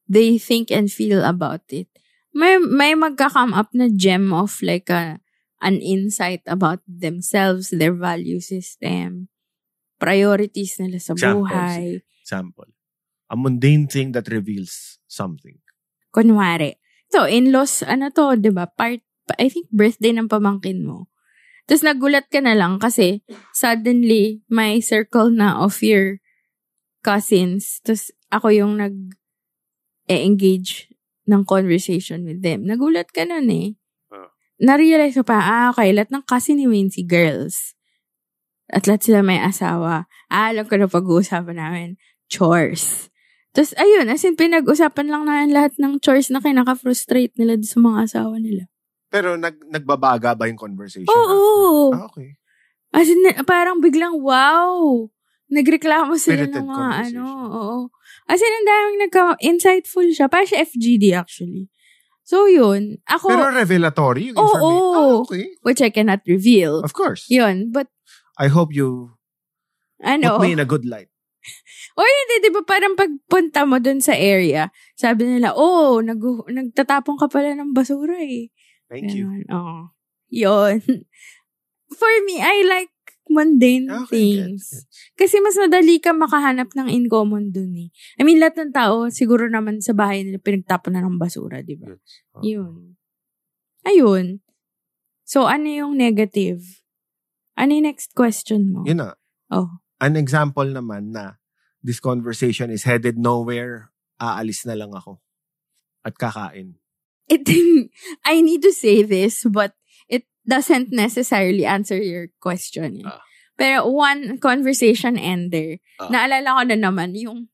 Speaker 3: they think and feel about it, may, may magka-come up na gem of like a, an insight about themselves, their value system, priorities nila sa
Speaker 2: Examples.
Speaker 3: buhay.
Speaker 2: Example, a mundane thing that reveals something.
Speaker 3: Kunwari. So, in-laws, ano to, di ba? Part, I think birthday ng pamangkin mo. Tapos nagulat ka na lang kasi suddenly may circle na of your cousins. Tapos ako yung nag-engage ng conversation with them. Nagulat ka nun eh.
Speaker 2: Ah.
Speaker 3: Narealize ko pa, ah, okay, lahat ng kasi ni Wincy girls. At lahat sila may asawa. Ah, alam ko na pag-uusapan namin. Chores. Tapos, ayun, as in, pinag-usapan lang namin lahat ng chores na kinaka-frustrate nila dun sa mga asawa nila.
Speaker 2: Pero nag, nagbabaga ba yung conversation?
Speaker 3: Oo.
Speaker 2: after? Ah, okay.
Speaker 3: As in, na- parang biglang, wow! Nagreklamo sila
Speaker 2: Spirited
Speaker 3: ng mga
Speaker 2: conversation.
Speaker 3: ano, oo. As in, ang daming nagka-insightful siya. Parang siya FGD actually. So, yun. Ako,
Speaker 2: Pero revelatory yung
Speaker 3: Oo,
Speaker 2: information.
Speaker 3: oo.
Speaker 2: Ah, okay.
Speaker 3: which I cannot reveal.
Speaker 2: Of course.
Speaker 3: Yun. But,
Speaker 2: I hope you
Speaker 3: ano.
Speaker 2: put me in a good light.
Speaker 3: O hindi, di ba parang pagpunta mo dun sa area, sabi nila, oh, nag nagtatapon ka pala ng basura eh.
Speaker 2: Thank you.
Speaker 3: Ganon, Oo. Yun. For me, I like mundane
Speaker 2: Ah, Okay, gets,
Speaker 3: things.
Speaker 2: gets.
Speaker 3: Kasi mas madali ka makahanap ng in common dun eh. I mean, lahat ng tao, siguro naman sa bahay nila, pinagtapon na ng basura, di ba?
Speaker 2: Gets. Oo.
Speaker 3: Yun. Ayun. So, ano yung negative? Ano yung next question mo?
Speaker 2: Yun na.
Speaker 3: Oh.
Speaker 2: An example naman na this conversation is headed nowhere, aalis na lang ako. At kakain.
Speaker 3: It, I need to say this, but it doesn't necessarily answer your question. eh.
Speaker 2: Ah.
Speaker 3: Pero one conversation ender,
Speaker 2: Ah.
Speaker 3: naalala ko na naman yung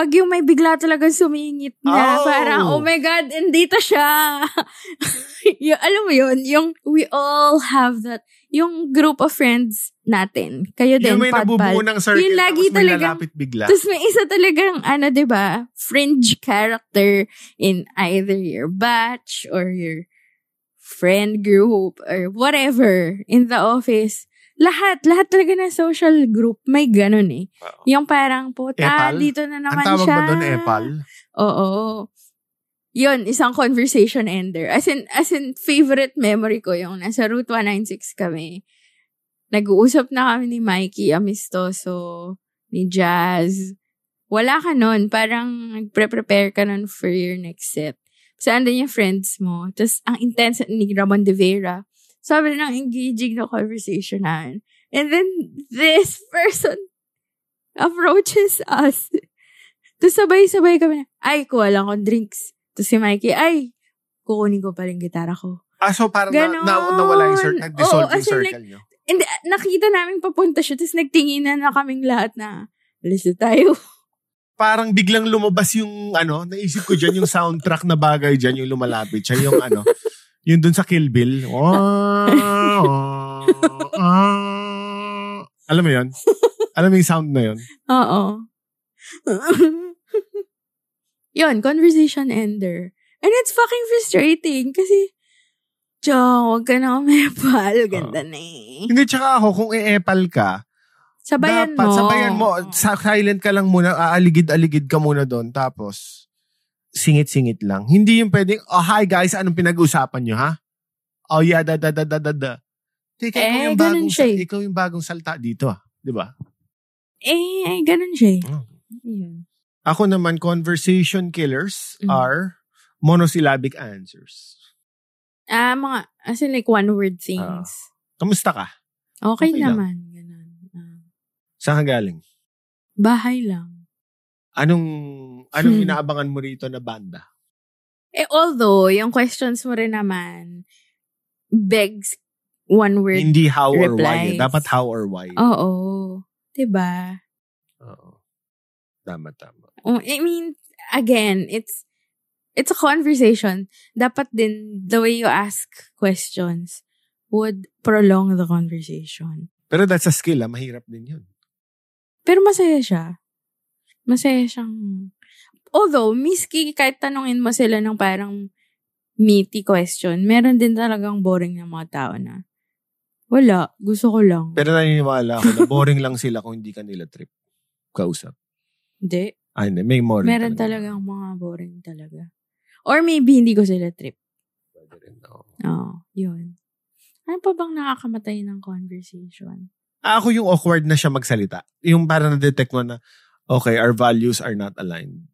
Speaker 3: pag yung may bigla talaga sumingit
Speaker 2: Oh!
Speaker 3: na, parang, oh my God, andito siya. yung, alam mo yun, yung we all have that, yung group of friends natin, kayo din,
Speaker 2: yung may
Speaker 3: Podpal.
Speaker 2: nabubuo ng circle,
Speaker 3: Yung lagi
Speaker 2: tapos may
Speaker 3: talagang-
Speaker 2: lalapit bigla.
Speaker 3: Tapos may isa talagang, ano, di ba, fringe character in either your batch or your friend group or whatever in the office. Lahat, lahat talaga na social group, may ganun eh. Yung parang, puta,
Speaker 2: Epal?
Speaker 3: dito na
Speaker 2: Ang
Speaker 3: naman
Speaker 2: tawag
Speaker 3: siya.
Speaker 2: ba doon, Epal?
Speaker 3: Oo. Yun, isang conversation ender. As in, as in, favorite memory ko yung nasa Route 196 kami. Nag-uusap na kami ni Mikey Amistoso, ni Jazz. Wala ka nun. Parang nagpre-prepare ka nun for your next set. So, andun yung friends mo. Tapos, ang intense ni Ramon de Vera. Sabi ng engaging na conversation namin. And then, this person approaches us. Tapos sabay-sabay kami na, ay, kuha lang akong drinks. Tapos si Mikey, ay, kukunin ko pala yung gitara ko.
Speaker 2: Ah, so parang na,
Speaker 3: Ganon.
Speaker 2: na, nawala yung circle, nag-dissolve
Speaker 3: Oo, as
Speaker 2: yung
Speaker 3: in,
Speaker 2: circle nyo.
Speaker 3: And uh, nakita namin papunta siya, tapos nagtinginan na kaming lahat na, alis na tayo.
Speaker 2: Parang biglang lumabas yung, ano, naisip ko dyan, yung soundtrack na bagay dyan, yung lumalapit siya, yung ano, yung dun sa Kill Bill. Oh, oh, oh. Alam mo yun? Alam mo yung sound na yun?
Speaker 3: Oo. Yun, conversation ender. And it's fucking frustrating kasi, Jo, huwag ka na umepal. Ganda na eh.
Speaker 2: Hindi, tsaka ako, kung i-epal ka,
Speaker 3: Sabayan
Speaker 2: dapat,
Speaker 3: mo.
Speaker 2: sabayan mo, sa silent ka lang muna, aaligid-aligid ka muna doon, tapos, singit-singit lang. Hindi yung pwedeng, oh, hi guys, anong pinag-usapan nyo, ha? Oh, yeah, da, da, da, da, da, da. Teka,
Speaker 3: Eh,
Speaker 2: ikaw, yung
Speaker 3: ganun
Speaker 2: bagong,
Speaker 3: siya
Speaker 2: sal-
Speaker 3: eh.
Speaker 2: ikaw yung bagong salta dito, ah. Di ba?
Speaker 3: Eh, ay, ganun siya eh.
Speaker 2: Mm.
Speaker 3: Yun.
Speaker 2: Ako naman, conversation killers
Speaker 3: Mm.
Speaker 2: are monosyllabic answers.
Speaker 3: Ah, mga, as in like
Speaker 2: Ah.
Speaker 3: one-word things.
Speaker 2: Kamusta ka?
Speaker 3: Okay,
Speaker 2: Okay lang.
Speaker 3: naman. Ganun. Ah,
Speaker 2: Saan ka galing?
Speaker 3: bahay lang.
Speaker 2: Anong, anong
Speaker 3: Hmm.
Speaker 2: inaabangan mo rito na banda?
Speaker 3: Eh, although, yung questions mo rin naman, begs one word.
Speaker 2: Hindi how or why. eh.
Speaker 3: replies. Oh.
Speaker 2: Dapat how or why.
Speaker 3: Oo. Diba?
Speaker 2: Oo. Tama, tama.
Speaker 3: Oh, I mean, again, it's, it's a conversation. Dapat din, the way you ask questions would prolong the conversation.
Speaker 2: Pero that's a skill, ah. mahirap din yun.
Speaker 3: Pero masaya siya. Masaya siyang... Although, miski kahit tanongin mo sila ng parang meaty question, meron din talagang boring ng mga tao na, wala, gusto ko lang.
Speaker 2: Pero naniniwala ako na boring lang sila kung hindi ka nila trip. Kausap.
Speaker 3: hindi.
Speaker 2: Ah, hindi. May more.
Speaker 3: Meron talagang mga boring talaga. Or maybe hindi ko sila trip.
Speaker 2: Pwede rin, oo.
Speaker 3: Oo, yun. Ano pa bang nakakamatay ng conversation?
Speaker 2: Ah, Ako yung awkward na siya magsalita. Yung para na-detect mo na, okay, our values are not aligned.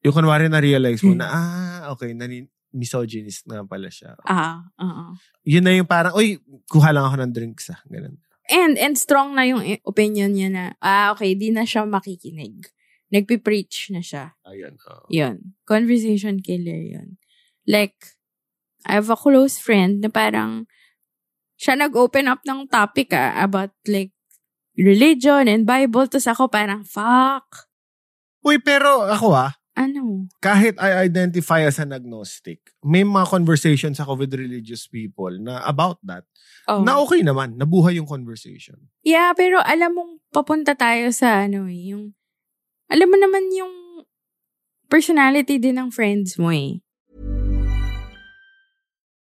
Speaker 2: Yung kunwari na-realize mo na, ah, okay, nani- misogynist na pala siya.
Speaker 3: Ah, oo.
Speaker 2: Yun na yung parang, uy, kuha lang ako ng drinks ah. Ganun.
Speaker 3: And, and strong na yung i- opinion niya na, ah, okay, di na siya makikinig. Nagpipreach na siya.
Speaker 2: Ayun. oo.
Speaker 3: Yun. Conversation killer yun. Like, I have a close friend na parang siya nag-open up ng topic ah, about like religion and Bible. Tapos ako parang, fuck.
Speaker 2: Uy, pero ako ah,
Speaker 3: Ano?
Speaker 2: kahit I identify as an agnostic, may mga conversations ako with religious people na about that.
Speaker 3: Oh.
Speaker 2: Na okay naman, nabuhay yung conversation.
Speaker 3: Yeah, pero alam mong papunta tayo sa ano eh, yung, alam mo naman yung personality din ng friends mo eh.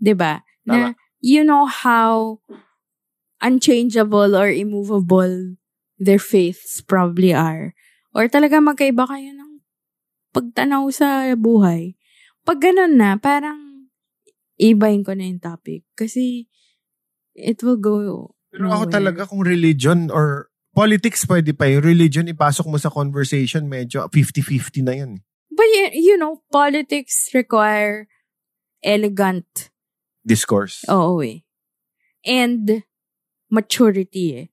Speaker 3: 'Di ba? Diba? Na
Speaker 2: Tama.
Speaker 3: you know how unchangeable or immovable their faiths probably are. Or talaga magkaiba kayo ng pagtanaw sa buhay. Pag ganun na, parang ibahin ko na yung topic. Kasi it will go
Speaker 2: Pero ako
Speaker 3: nowhere.
Speaker 2: talaga kung religion or politics pwede pa yung religion ipasok mo sa conversation medyo 50-50 na eh. yan.
Speaker 3: But you, you know, politics require elegant
Speaker 2: Discourse.
Speaker 3: Oo eh. And maturity eh.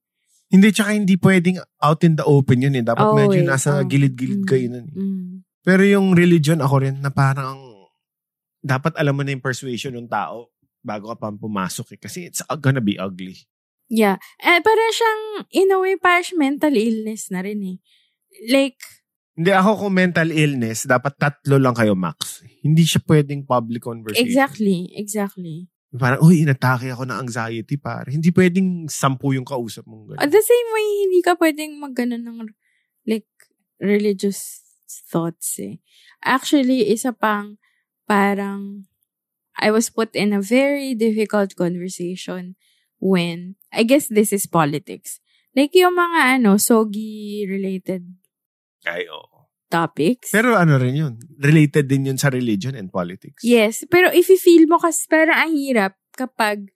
Speaker 2: Hindi, tsaka hindi pwedeng out in the open yun eh. Dapat
Speaker 3: Oo
Speaker 2: medyo
Speaker 3: eh,
Speaker 2: nasa
Speaker 3: oo.
Speaker 2: gilid-gilid
Speaker 3: Mm.
Speaker 2: kayo nun eh.
Speaker 3: Mm.
Speaker 2: Pero yung religion ako rin na parang dapat alam mo na yung persuasion ng tao bago ka pa pumasok eh. Kasi it's gonna be ugly.
Speaker 3: Yeah. Eh, para siyang, in a way, parang siyang mental illness na rin eh. Like,
Speaker 2: Hindi ako kung mental illness, dapat tatlo lang kayo max. Hindi siya pwedeng public conversation.
Speaker 3: exactly, exactly.
Speaker 2: Parang, uy, inatake ako ng anxiety, pare. Hindi pwedeng sampu yung kausap mong
Speaker 3: At
Speaker 2: ganun.
Speaker 3: the same way, hindi ka pwedeng magganon ng, like, religious thoughts eh. Actually, isa pang, parang, I was put in a very difficult conversation when, I guess this is politics. Like, yung mga, ano, sogi-related
Speaker 2: Ay, oo.
Speaker 3: topics.
Speaker 2: Pero ano rin yun? Related din yun sa religion and politics.
Speaker 3: Yes, pero if feel mo kasi parang ang hirap kapag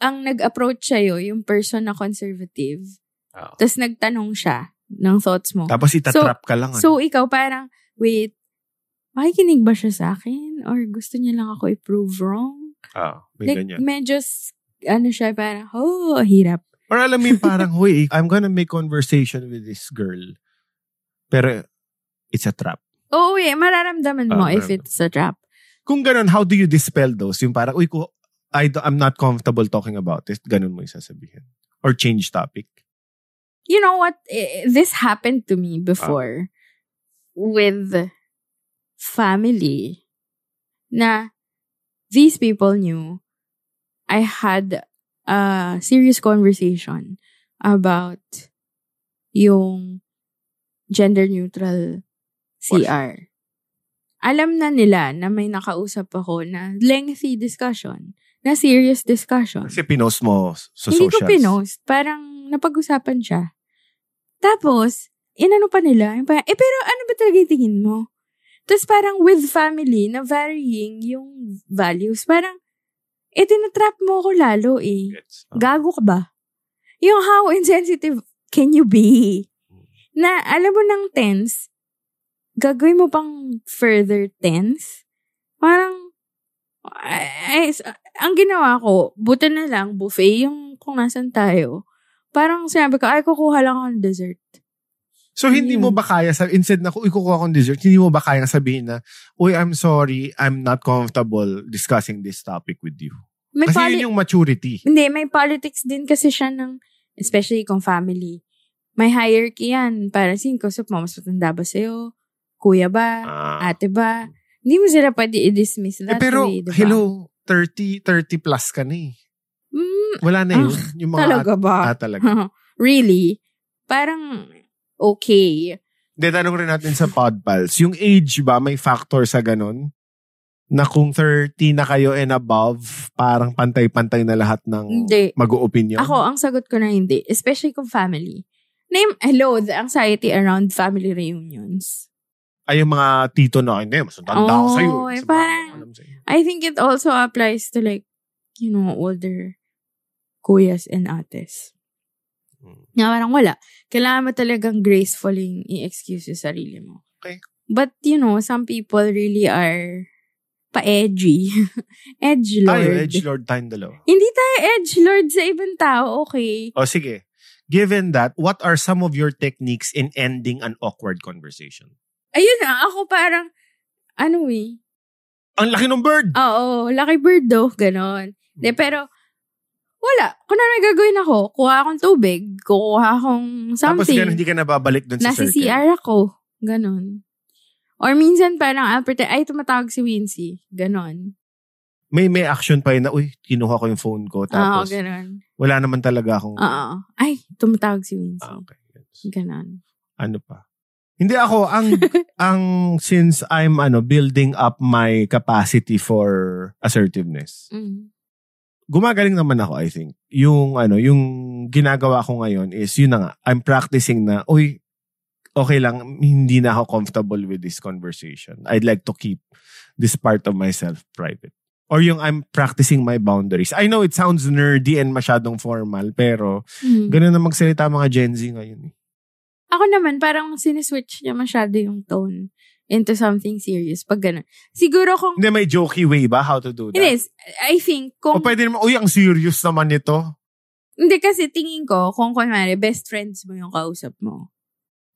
Speaker 3: ang nag-approach sa'yo, yung person na conservative,
Speaker 2: Oo.
Speaker 3: tapos nagtanong siya ng thoughts mo.
Speaker 2: Tapos itatrap ka lang. ano,
Speaker 3: So,
Speaker 2: So,
Speaker 3: ikaw parang, wait, makikinig ba siya sa akin? Or gusto niya lang ako i-prove wrong?
Speaker 2: may
Speaker 3: like,
Speaker 2: ganyan.
Speaker 3: medyo, s- ano siya, parang, oh, hirap.
Speaker 2: Or alam mo yung parang, huy, I'm gonna make conversation with this girl. Pero, it's a trap.
Speaker 3: Oo, eh, mararamdaman mo
Speaker 2: Ah,
Speaker 3: if
Speaker 2: mararamdaman.
Speaker 3: it's a trap.
Speaker 2: Kung ganun, how do you dispel those? Yung parang, uy, ku- I do- I'm not comfortable talking about this. Ganun mo yung sasabihin. Or change topic.
Speaker 3: You know what? Eh, This happened to me before with family na these people knew I had a serious conversation about yung gender neutral CR. Alam na nila na may nakausap ako na lengthy discussion, na serious discussion.
Speaker 2: Kasi pinost mo sa
Speaker 3: Hindi
Speaker 2: socials.
Speaker 3: ko pinost. Parang napag-usapan siya. Tapos, inano pa nila, yung parang, eh pero ano ba talaga yung tingin mo? Tapos parang with family na varying yung values, parang, eh tinatrap mo ko lalo eh.
Speaker 2: Ah.
Speaker 3: Gago ka ba? Yung how insensitive can you be?
Speaker 2: Hmm.
Speaker 3: Na alam mo ng tense, gagawin mo pang further tense? Parang, ay, ay- ang ginawa ko, buta na lang, buffet, yung kung nasan tayo. Parang sinabi ko, ay, kukuha lang ako ng dessert.
Speaker 2: So hindi mo
Speaker 3: Ayun.
Speaker 2: ba kaya sa instead na uy kukuha akong dessert, hindi mo ba kaya sabihin na, "Uy, I'm sorry, I'm not comfortable discussing this topic with you."
Speaker 3: May
Speaker 2: Kasi
Speaker 3: poli-
Speaker 2: yun yung maturity.
Speaker 3: Hindi, may politics din kasi siya ng, especially kung family. May hierarchy yan. Parang sin kusap mo, mas matanda ba sa'yo? Kuya ba?
Speaker 2: Ah.
Speaker 3: Ate ba? diba? Hindi mo sila pwede i-dismiss
Speaker 2: Eh,
Speaker 3: that
Speaker 2: pero
Speaker 3: way, diba?
Speaker 2: hello, 30 30 plus ka na eh.
Speaker 3: Mm,
Speaker 2: Wala na yun, yung mga
Speaker 3: talaga ba?
Speaker 2: at, ah, talaga.
Speaker 3: really? Parang, okay.
Speaker 2: De, tanong rin natin sa Podpals, yung age ba may factor sa ganun? Na kung 30 na kayo and above, parang pantay-pantay na lahat ng
Speaker 3: Hindi. ah.
Speaker 2: mag-oopinion?
Speaker 3: Ako, ang sagot ko na hindi. Especially kung family. Name, hello, the anxiety around family reunions.
Speaker 2: Ay, Ah, yung mga tito na, hindi, mas tanda ako sa'yo.
Speaker 3: Oo, eh,
Speaker 2: Mas
Speaker 3: parang-
Speaker 2: alam sa'yo.
Speaker 3: I think it also applies to like, you know, older kuyas and ates.
Speaker 2: Mm.
Speaker 3: Na parang wala. Kailangan mo talagang gracefully i-excuse yung sarili mo.
Speaker 2: Okay.
Speaker 3: But, you know, some people really are pa-edgy. edgelord.
Speaker 2: Tayo, edgelord tayong dalawa.
Speaker 3: Hindi tayo edgelord sa ibang tao, okay?
Speaker 2: O sige. Given that, what are some of your techniques in ending an awkward conversation?
Speaker 3: Ayun na, ako parang, ano eh.
Speaker 2: Ang laki ng bird!
Speaker 3: Oo, lucky bird daw, ganon. De, Ah,
Speaker 2: Mm.
Speaker 3: pero, wala. Kung ano gagawin ako, kuha akong tubig, kukuha akong
Speaker 2: Tapos
Speaker 3: something.
Speaker 2: ganun, hindi ka nababalik dun sa
Speaker 3: Nasa
Speaker 2: circle.
Speaker 3: CR ako. Ganon. Or minsan parang, I'll pretend, ay, tumatawag si Wincy. Ganon.
Speaker 2: May may action pa yun na, uy, kinuha ko yung phone ko.
Speaker 3: Oo,
Speaker 2: Tapos,
Speaker 3: ganon.
Speaker 2: wala naman talaga akong...
Speaker 3: Oo. Ay, tumatawag si Wincy.
Speaker 2: Ah, okay. Gets.
Speaker 3: Ganon.
Speaker 2: Ano pa? Hindi ako ang ang since I'm ano building up my capacity for assertiveness.
Speaker 3: Mm.
Speaker 2: Gumagaling naman ako I think. Yung ano yung ginagawa ko ngayon is yun na nga I'm practicing na oy okay lang hindi na ako comfortable with this conversation. I'd like to keep this part of myself private. Or yung I'm practicing my boundaries. I know it sounds nerdy and masyadong formal pero
Speaker 3: Mm.
Speaker 2: ganun na magsalita mga Gen Z ngayon. eh.
Speaker 3: Ako naman, parang siniswitch niya masyado yung tone into something serious pag ganon. Siguro kung,
Speaker 2: Hindi may jokey way ba how to do that?
Speaker 3: it is, I think, kung,
Speaker 2: O pwede naman, uy, ang serious naman nito.
Speaker 3: hindi kasi tingin ko, kung kunwari, best friends mo yung kausap mo.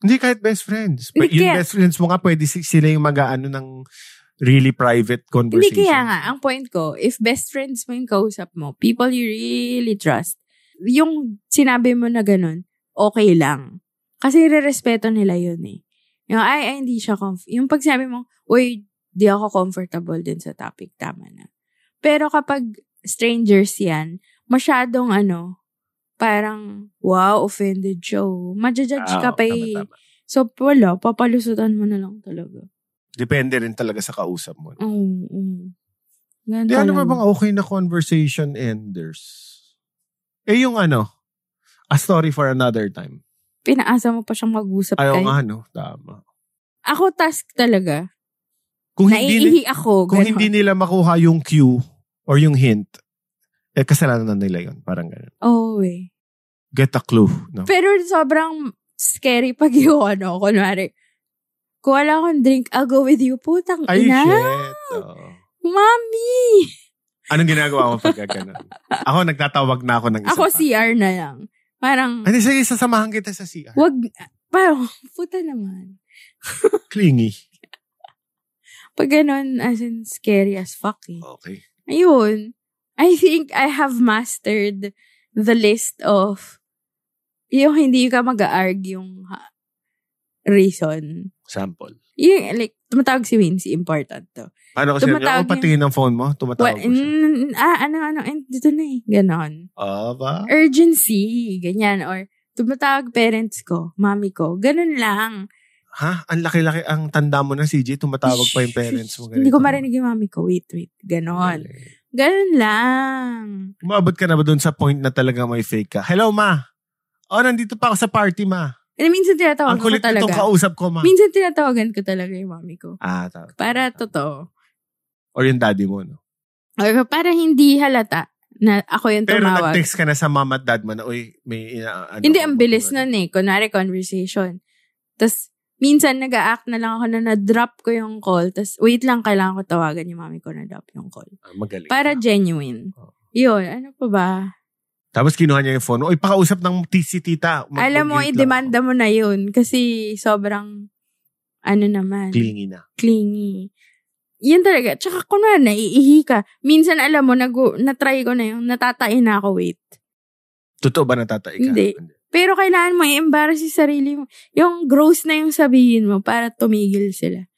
Speaker 2: Hindi kahit best friends.
Speaker 3: Hindi,
Speaker 2: Hindi, yung
Speaker 3: kaya-
Speaker 2: best friends mo nga, pwede si- sila yung mag-ano ng really private
Speaker 3: Hindi
Speaker 2: conversation.
Speaker 3: kaya nga, ang point ko, if best friends mo yung kausap mo, people you really trust, yung sinabi mo na ganun, okay lang. Kasi re-respeto nila yun eh. Yung, ay, ay, hindi siya comf-. Yung pag sinabi mo, uy, di ako comfortable din sa topic, tama na. Pero kapag strangers yan, masyadong ano, parang, wow, offended siya. oh. Madja-judge
Speaker 2: Ah,
Speaker 3: ka
Speaker 2: oo,
Speaker 3: pa
Speaker 2: tama,
Speaker 3: eh.
Speaker 2: tama.
Speaker 3: So, wala, papalusutan mo na lang talaga.
Speaker 2: Depende rin talaga sa kausap mo.
Speaker 3: Oo. oo. Ganun
Speaker 2: Hindi, ano
Speaker 3: talaga.
Speaker 2: ba bang okay na conversation enders? Eh, yung ano, a story for another time.
Speaker 3: pinaasa mo pa siyang mag-usap
Speaker 2: Ayaw
Speaker 3: kayo.
Speaker 2: nga, no? Tama.
Speaker 3: Ako task talaga.
Speaker 2: Kung hindi,
Speaker 3: Naiihi ako.
Speaker 2: kung
Speaker 3: ganon.
Speaker 2: hindi nila makuha yung cue or yung hint, eh, kasalanan na nila yun. Parang ganun.
Speaker 3: Oo eh.
Speaker 2: Get a clue. No?
Speaker 3: Pero sobrang scary pag yung ano, kunwari, kung wala akong drink, I'll go with you. Putang
Speaker 2: Ay,
Speaker 3: ina.
Speaker 2: shit. Oo.
Speaker 3: Mami!
Speaker 2: Anong ginagawa mo pag ganun? Ako, nagtatawag na ako ng isa
Speaker 3: Ako
Speaker 2: pa.
Speaker 3: CR na lang. Parang,
Speaker 2: Ano, sige, sasamahan kita sa CR.
Speaker 3: wag, parang, puta naman.
Speaker 2: Clingy.
Speaker 3: Pag ganun, as in, scary as fuck eh.
Speaker 2: Okay.
Speaker 3: Ayun. I think I have mastered the list of yung hindi ka mag-argue yung ha- reason.
Speaker 2: Sample.
Speaker 3: Yung, like, tumatawag si Wincy, important to.
Speaker 2: Paano ko sinabi?
Speaker 3: Tumatawag
Speaker 2: Ako patingin ng phone mo, tumatawag
Speaker 3: Well,
Speaker 2: ko siya.
Speaker 3: mm, ah, ano, ano, and dito na eh. Ganon.
Speaker 2: Ah, ba?
Speaker 3: Urgency, ganyan. Or, tumatawag parents ko, mami ko. Ganon lang.
Speaker 2: Ha? Ang laki-laki. Ang tanda mo na, CJ. Tumatawag pa yung parents mo.
Speaker 3: Hindi ko marinig yung mami ko. Wait, wait. Ganon. Ganon lang.
Speaker 2: Umabot ka na ba doon sa point na talaga may fake ka? Hello, ma. Oh, nandito pa ako sa party, ma.
Speaker 3: And Eh, minsan tinatawagan
Speaker 2: Ang
Speaker 3: ko
Speaker 2: kulit
Speaker 3: Oh, talaga.
Speaker 2: nitong kausap ko, ma.
Speaker 3: minsan tinatawagan ko talaga yung mami ko.
Speaker 2: ah, tama.
Speaker 3: Para totoo.
Speaker 2: Or yung daddy mo, no?
Speaker 3: Or para hindi halata na ako yung
Speaker 2: Pero
Speaker 3: tumawag.
Speaker 2: nag-text ka na sa mom at dad mo na, uy, may ina... ano
Speaker 3: hindi,
Speaker 2: ako,
Speaker 3: ang bilis
Speaker 2: mag-
Speaker 3: nun eh. Kunwari, conversation. Tapos, minsan nag act na lang ako na na-drop ko yung call. Tapos, wait lang, kailangan ko tawagan yung mami ko na-drop yung call.
Speaker 2: Ah, Magaling.
Speaker 3: Para genuine.
Speaker 2: Oo.
Speaker 3: Yun, ano pa ba?
Speaker 2: Tapos kinuha niya yung phone. Uy, pakausap ng t- si tita. Mag-
Speaker 3: Alam mo,
Speaker 2: mag-guilt lang
Speaker 3: i-demanda
Speaker 2: ako.
Speaker 3: mo na yun. Kasi sobrang, ano naman,
Speaker 2: Clingy na.
Speaker 3: clingy. Yan talaga. Tsaka, kunwari, naiihi ka. Minsan, alam mo, nag- na-try ko na yung natatain na ako, wait.
Speaker 2: Totoo ba natatay ka?
Speaker 3: Hindi. Pero kailangan mo i-embarrass yung sarili mo. Yung gross na yung sabihin mo para tumigil sila.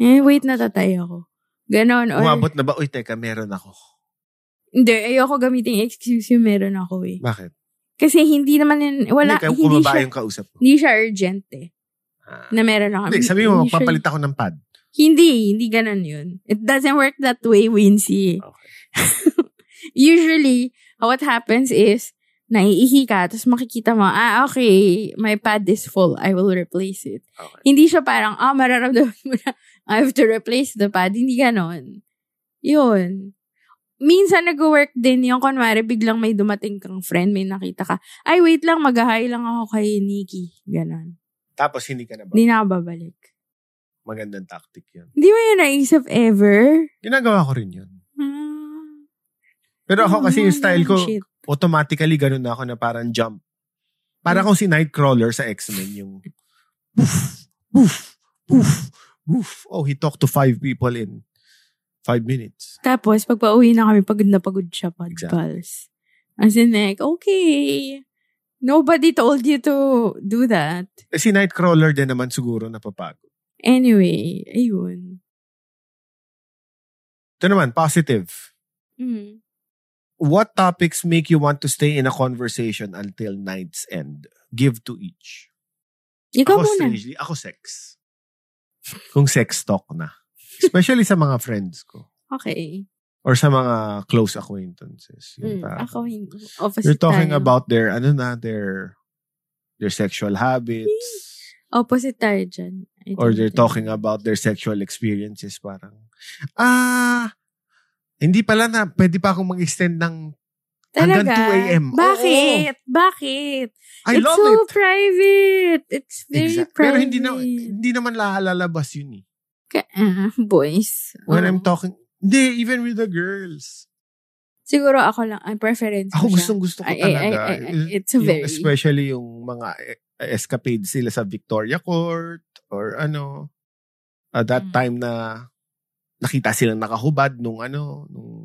Speaker 3: Eh, wait, natatay ako. Ganon. Or,
Speaker 2: Umabot na ba? Uy, teka, meron ako.
Speaker 3: Hindi, ayoko gamitin yung excuse yung meron ako eh.
Speaker 2: Bakit?
Speaker 3: Kasi hindi naman yun, wala,
Speaker 2: hindi, kaya
Speaker 3: hindi,
Speaker 2: kumaba
Speaker 3: siya,
Speaker 2: yung kausap mo.
Speaker 3: hindi siya urgent eh.
Speaker 2: Ah.
Speaker 3: Na meron ako.
Speaker 2: Hindi, sabi mo,
Speaker 3: Hindi siya-
Speaker 2: magpapalit ako ng pad.
Speaker 3: Hindi, hindi ganon yun. It doesn't work that way, Wincy.
Speaker 2: Okay.
Speaker 3: Usually, what happens is, naiihi ka, tapos makikita mo, ah, okay, my pad is full. I will replace it.
Speaker 2: Okay.
Speaker 3: Hindi siya parang, ah, mararamdaman mo na, I have to replace the pad. Hindi ganon. Yun. Minsan nag-work din yung, kunwari, biglang may dumating kang friend, may nakita ka. Ay, wait lang, mag-hi lang ako kay Nikki. Ganon.
Speaker 2: Tapos hindi ka na ba?
Speaker 3: Hindi na ako babalik.
Speaker 2: Magandang tactic yun.
Speaker 3: Hindi mo yun naisip ever.
Speaker 2: Ginagawa ko rin yun.
Speaker 3: Ah.
Speaker 2: Pero ako kasi yung style ko,
Speaker 3: Shit.
Speaker 2: automatically ganun na ako na parang jump. Parang kung si Nightcrawler sa X-Men yung woof, woof, woof, woof. Oh, he talked to five people in five minutes.
Speaker 3: Tapos, pag pauwi na kami, pagod na pagod siya,
Speaker 2: Exactly.
Speaker 3: Podpals. As in, like, okay. Nobody told you to do that.
Speaker 2: Eh, si Nightcrawler din naman siguro napapagod.
Speaker 3: Anyway, ayun.
Speaker 2: Ito naman, positive.
Speaker 3: Mm.
Speaker 2: What topics make you want to stay in a conversation until night's end? Give to each.
Speaker 3: Ikaw
Speaker 2: ako
Speaker 3: muna.
Speaker 2: strangely, ako sex. Kung sex talk na. Especially sa mga friends ko.
Speaker 3: Okay.
Speaker 2: Or sa mga close acquaintances. Yun
Speaker 3: Mm.
Speaker 2: pa.
Speaker 3: Ako, hindi. Opposite
Speaker 2: You're talking
Speaker 3: tayo.
Speaker 2: about their, ano na, their, their sexual habits.
Speaker 3: Opposite tayo dyan. I
Speaker 2: Or
Speaker 3: think
Speaker 2: they're
Speaker 3: tayo.
Speaker 2: talking about their sexual experiences. Parang, ah, hindi pala na, pwede pa akong mag-extend ng, hanggang
Speaker 3: Talaga?
Speaker 2: 2 a.m.. Oo.
Speaker 3: Bakit? Bakit?
Speaker 2: Oh. I
Speaker 3: It's
Speaker 2: love
Speaker 3: so
Speaker 2: it.
Speaker 3: private. It's very
Speaker 2: Exact. Pero
Speaker 3: private.
Speaker 2: hindi, na, hindi naman lalabas yun eh.
Speaker 3: Ka- ah, boys. Oh.
Speaker 2: When
Speaker 3: Oo.
Speaker 2: I'm talking, hindi, even with the girls.
Speaker 3: Siguro ako lang, ang preference
Speaker 2: Ako
Speaker 3: ko siya.
Speaker 2: gustong gusto ko
Speaker 3: Ay, eh, ay,
Speaker 2: talaga. eh,
Speaker 3: ay, ay, ay, it's a
Speaker 2: Yung-
Speaker 3: very-
Speaker 2: Especially yung mga e- escapades sila sa Victoria Court or ano. At that
Speaker 3: Mm.
Speaker 2: time na nakita silang nakahubad nung ano, nung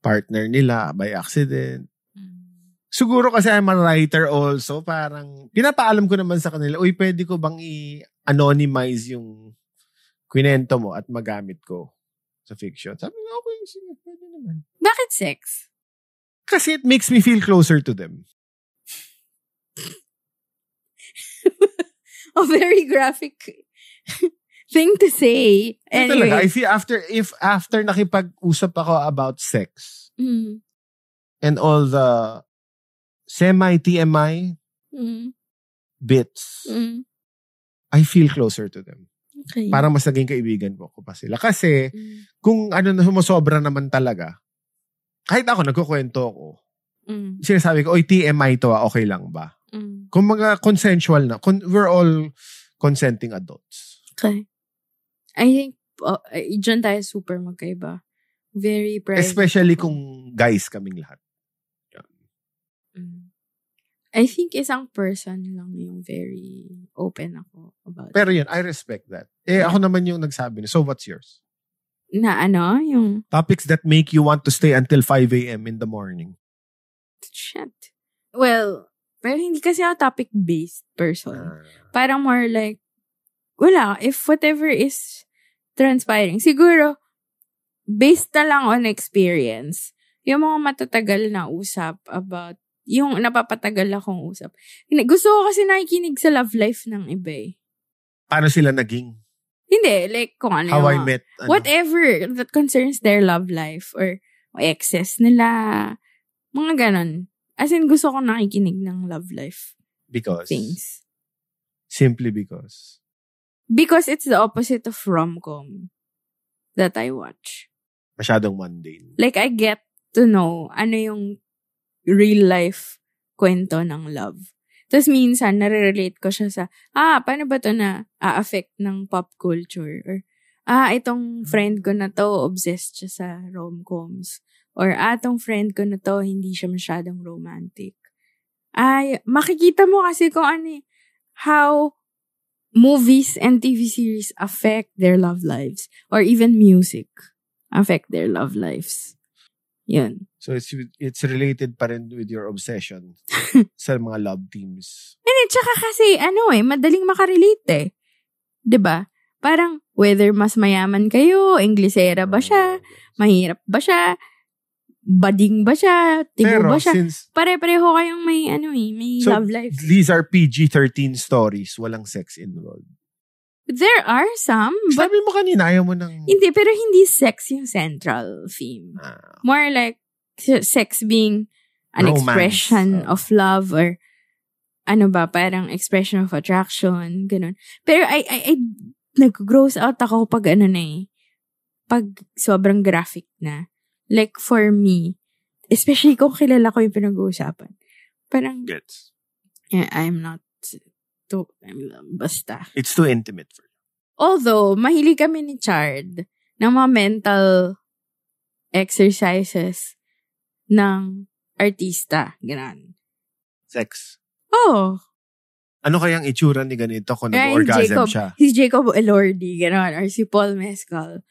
Speaker 2: partner nila by accident.
Speaker 3: Mm.
Speaker 2: Siguro kasi I'm a writer also, parang pinapaalam ko naman sa kanila, uy, pwede ko bang i-anonymize yung kwento mo at magamit ko sa fiction? Sabi nga, okay, sige, pwede naman.
Speaker 3: Bakit sex?
Speaker 2: Kasi it makes me feel closer to them.
Speaker 3: A very graphic thing to say.
Speaker 2: Anyway.
Speaker 3: Anyway.
Speaker 2: Talaga, if you- after, if after nakipag-usap ako about sex
Speaker 3: mm,
Speaker 2: and all the semi-TMI
Speaker 3: mm,
Speaker 2: bits,
Speaker 3: mm.
Speaker 2: I feel closer to them.
Speaker 3: Okay.
Speaker 2: Parang mas naging kaibigan ko ko pa sila. Kasi
Speaker 3: Mm,
Speaker 2: kung ano na sumasobra naman talaga, kahit ako, nagkukwento ako,
Speaker 3: mm,
Speaker 2: sinasabi ko, oy, TMI to ah, okay lang ba?
Speaker 3: mm.
Speaker 2: Kung mga consensual na, con- we're all consenting adults.
Speaker 3: Okay. I think, uh, ay, dyan tayo super magkaiba. Very private.
Speaker 2: Especially kung guys kaming lahat.
Speaker 3: Mm. I think isang person lang yung very open ako about
Speaker 2: Pero yun, I respect that. Eh, ako naman yung nagsabi. So, what's yours?
Speaker 3: na ano, yung
Speaker 2: Topics that make you want to stay until 5 a.m. in the morning.
Speaker 3: shit. Well, pero hindi kasi ako topic-based person.
Speaker 2: Ah.
Speaker 3: parang more like, wala, if whatever is transpiring, siguro, based na lang on experience, yung mga matatagal na usap about, yung napapatagal akong usap. Hindi- Gusto ko kasi nakikinig sa love life ng iba eh.
Speaker 2: Paano sila naging?
Speaker 3: Hindi, like kung ano
Speaker 2: How
Speaker 3: yung
Speaker 2: I
Speaker 3: mga-
Speaker 2: met? ano?
Speaker 3: whatever that concerns their love life or exes nila, mga ganon. As in, gusto ko nakikinig ng love life
Speaker 2: Because.
Speaker 3: things.
Speaker 2: Simply because.
Speaker 3: Because it's the opposite of rom-com that I watch.
Speaker 2: Masyadong mundane.
Speaker 3: Like, I get to know ano yung real life kwento ng love. Tapos minsan, nare-relate ko siya sa, ah, paano ba to na a-affect ng pop culture? Or, ah, itong friend ko na to, obsessed siya sa rom-coms. Or, ah, itong friend ko na to, hindi siya masyadong romantic. Ay, makikita mo kasi kung ano eh, how movies and TV series affect their love lives. Or even music affect their love lives. Yun.
Speaker 2: So, it's, it's related pa rin with your obsession sa mga love teams.
Speaker 3: Hindi, tsaka kasi, ano eh, madaling makarelate eh. 'Di ba? Parang, whether mas mayaman kayo, Inglesera ba siya, mahirap ba siya, bading ba siya, tibo
Speaker 2: Pero,
Speaker 3: ba siya.
Speaker 2: since
Speaker 3: Pare-pareho kayong may, ano eh, may
Speaker 2: So,
Speaker 3: love life.
Speaker 2: these are PG-13 stories, walang sex involved.
Speaker 3: There are some, but
Speaker 2: Sabi mo kanina, ayaw mo ng...
Speaker 3: hindi, pero hindi sex yung central theme.
Speaker 2: Ah,
Speaker 3: More like, se- sex being an
Speaker 2: Romance.
Speaker 3: expression
Speaker 2: Oh.
Speaker 3: of love or ano ba, parang expression of attraction, ganun. Pero I, I, I nag-gross out ako pag ano na eh, pag sobrang graphic na. Like for me, especially kung kilala ko yung pinag-uusapan, parang
Speaker 5: Gets.
Speaker 3: eh, I'm not too, I'm, basta.
Speaker 5: It's too intimate for you.
Speaker 3: Although, mahilig kami ni Chard ng mga mental exercises ng artista. Ganon.
Speaker 5: Sex.
Speaker 3: Oh,
Speaker 2: Ano kayang itsura ni ganito kung
Speaker 3: Ryan
Speaker 2: nag-orgasm
Speaker 3: Jacob.
Speaker 2: siya?
Speaker 3: He's Jacob Elordi, ganon. Or si Paul Mescal.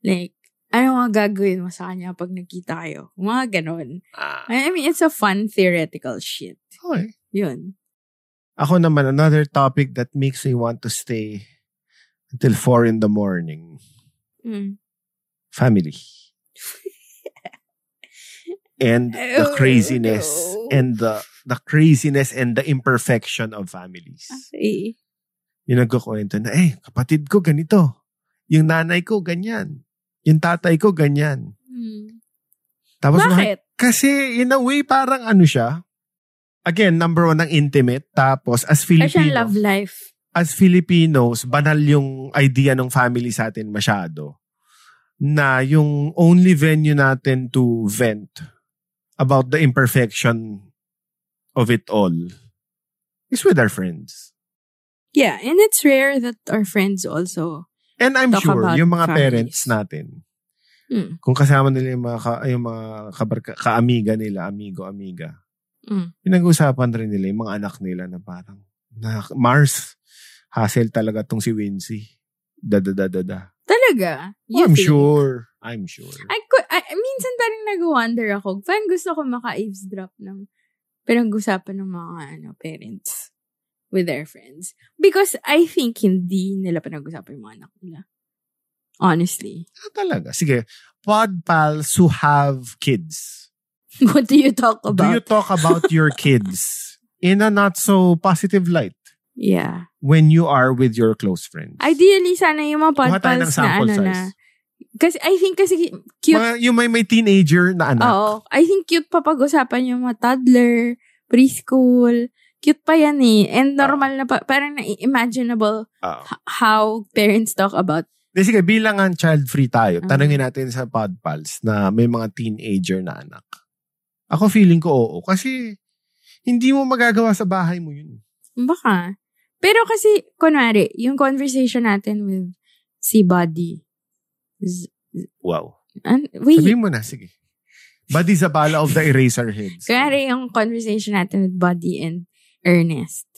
Speaker 3: Like, ano mga gagawin mo sa kanya pag nagkita kayo? Mga ganon.
Speaker 5: Ah.
Speaker 3: I mean, it's a fun theoretical shit.
Speaker 2: Okay.
Speaker 3: Yun.
Speaker 2: Ako naman, another topic that makes me want to stay until 4 in the morning.
Speaker 3: Mm.
Speaker 2: Family. and the
Speaker 3: Oh,
Speaker 2: craziness.
Speaker 3: no.
Speaker 2: And the, the craziness and the imperfection of families.
Speaker 3: Okay.
Speaker 2: Yung nagkukwento na, eh, kapatid ko ganito. Yung nanay ko ganyan. Yung tatay ko ganyan.
Speaker 3: Mm.
Speaker 2: Tapos mga-
Speaker 3: Bakit?
Speaker 2: Kasi in a way, parang ano siya. Again, number one, ang intimate. Tapos, as
Speaker 3: Kasi siyang
Speaker 2: Filipino,
Speaker 3: love life.
Speaker 2: as Filipinos, banal yung idea ng family sa atin masyado. Na yung only venue natin to vent about the imperfection of it all is with our friends.
Speaker 3: Yeah, and it's rare that our friends also
Speaker 2: And I'm
Speaker 3: Talk
Speaker 2: sure,
Speaker 3: about
Speaker 2: yung mga
Speaker 3: families.
Speaker 2: parents natin,
Speaker 3: Mm.
Speaker 2: kung kasama nila yung mga, ka, yung mga kabarka, kaamiga nila, amigo, amiga,
Speaker 3: Mm.
Speaker 2: pinag-usapan rin nila yung mga anak nila na parang, na, Mars, hassle talaga tong si Wincy. Da, da, da, da, da.
Speaker 3: Talaga? You
Speaker 2: I'm
Speaker 3: think?
Speaker 2: sure. I'm sure.
Speaker 3: I, could, I, minsan parang nag-wonder ako. Parang gusto ko maka-eavesdrop ng pinag-usapan ng mga ano, parents with their friends. Because I think hindi nila pinag-usapan yung mga anak nila. Honestly.
Speaker 2: Ah, talaga. Sige. Pod pals who have kids.
Speaker 3: What do you talk about?
Speaker 2: Do you talk about your kids in a not so positive light
Speaker 3: yeah.
Speaker 2: when you are with your close friends?
Speaker 3: Ideally, sana yung mga
Speaker 2: Kuha tayo ng
Speaker 3: podpals na
Speaker 2: sample
Speaker 3: ano
Speaker 2: size.
Speaker 3: na. Kasi I think kasi cute
Speaker 2: Mga, yung may, may teenager na anak.
Speaker 3: Oo. I think cute pa pag-usapan yung mga toddler, preschool. Cute pa yan eh. And normal na pa, parang na-imaginable
Speaker 2: Oo.
Speaker 3: h- how parents talk about.
Speaker 2: Di, sige, bilang ang child-free tayo,
Speaker 3: Mm.
Speaker 2: tanungin natin sa pod pals na may mga teenager na anak. Ako feeling ko oo. Kasi hindi mo magagawa sa bahay mo yun.
Speaker 3: Baka. Pero kasi, kunwari, yung conversation natin with si Buddy. Z-
Speaker 2: Wow.
Speaker 3: an- wait.
Speaker 2: Sabihin mo na, sige. Buddy Zabala of the Eraserheads.
Speaker 3: Kunwari, yung conversation natin with Buddy and Ernest.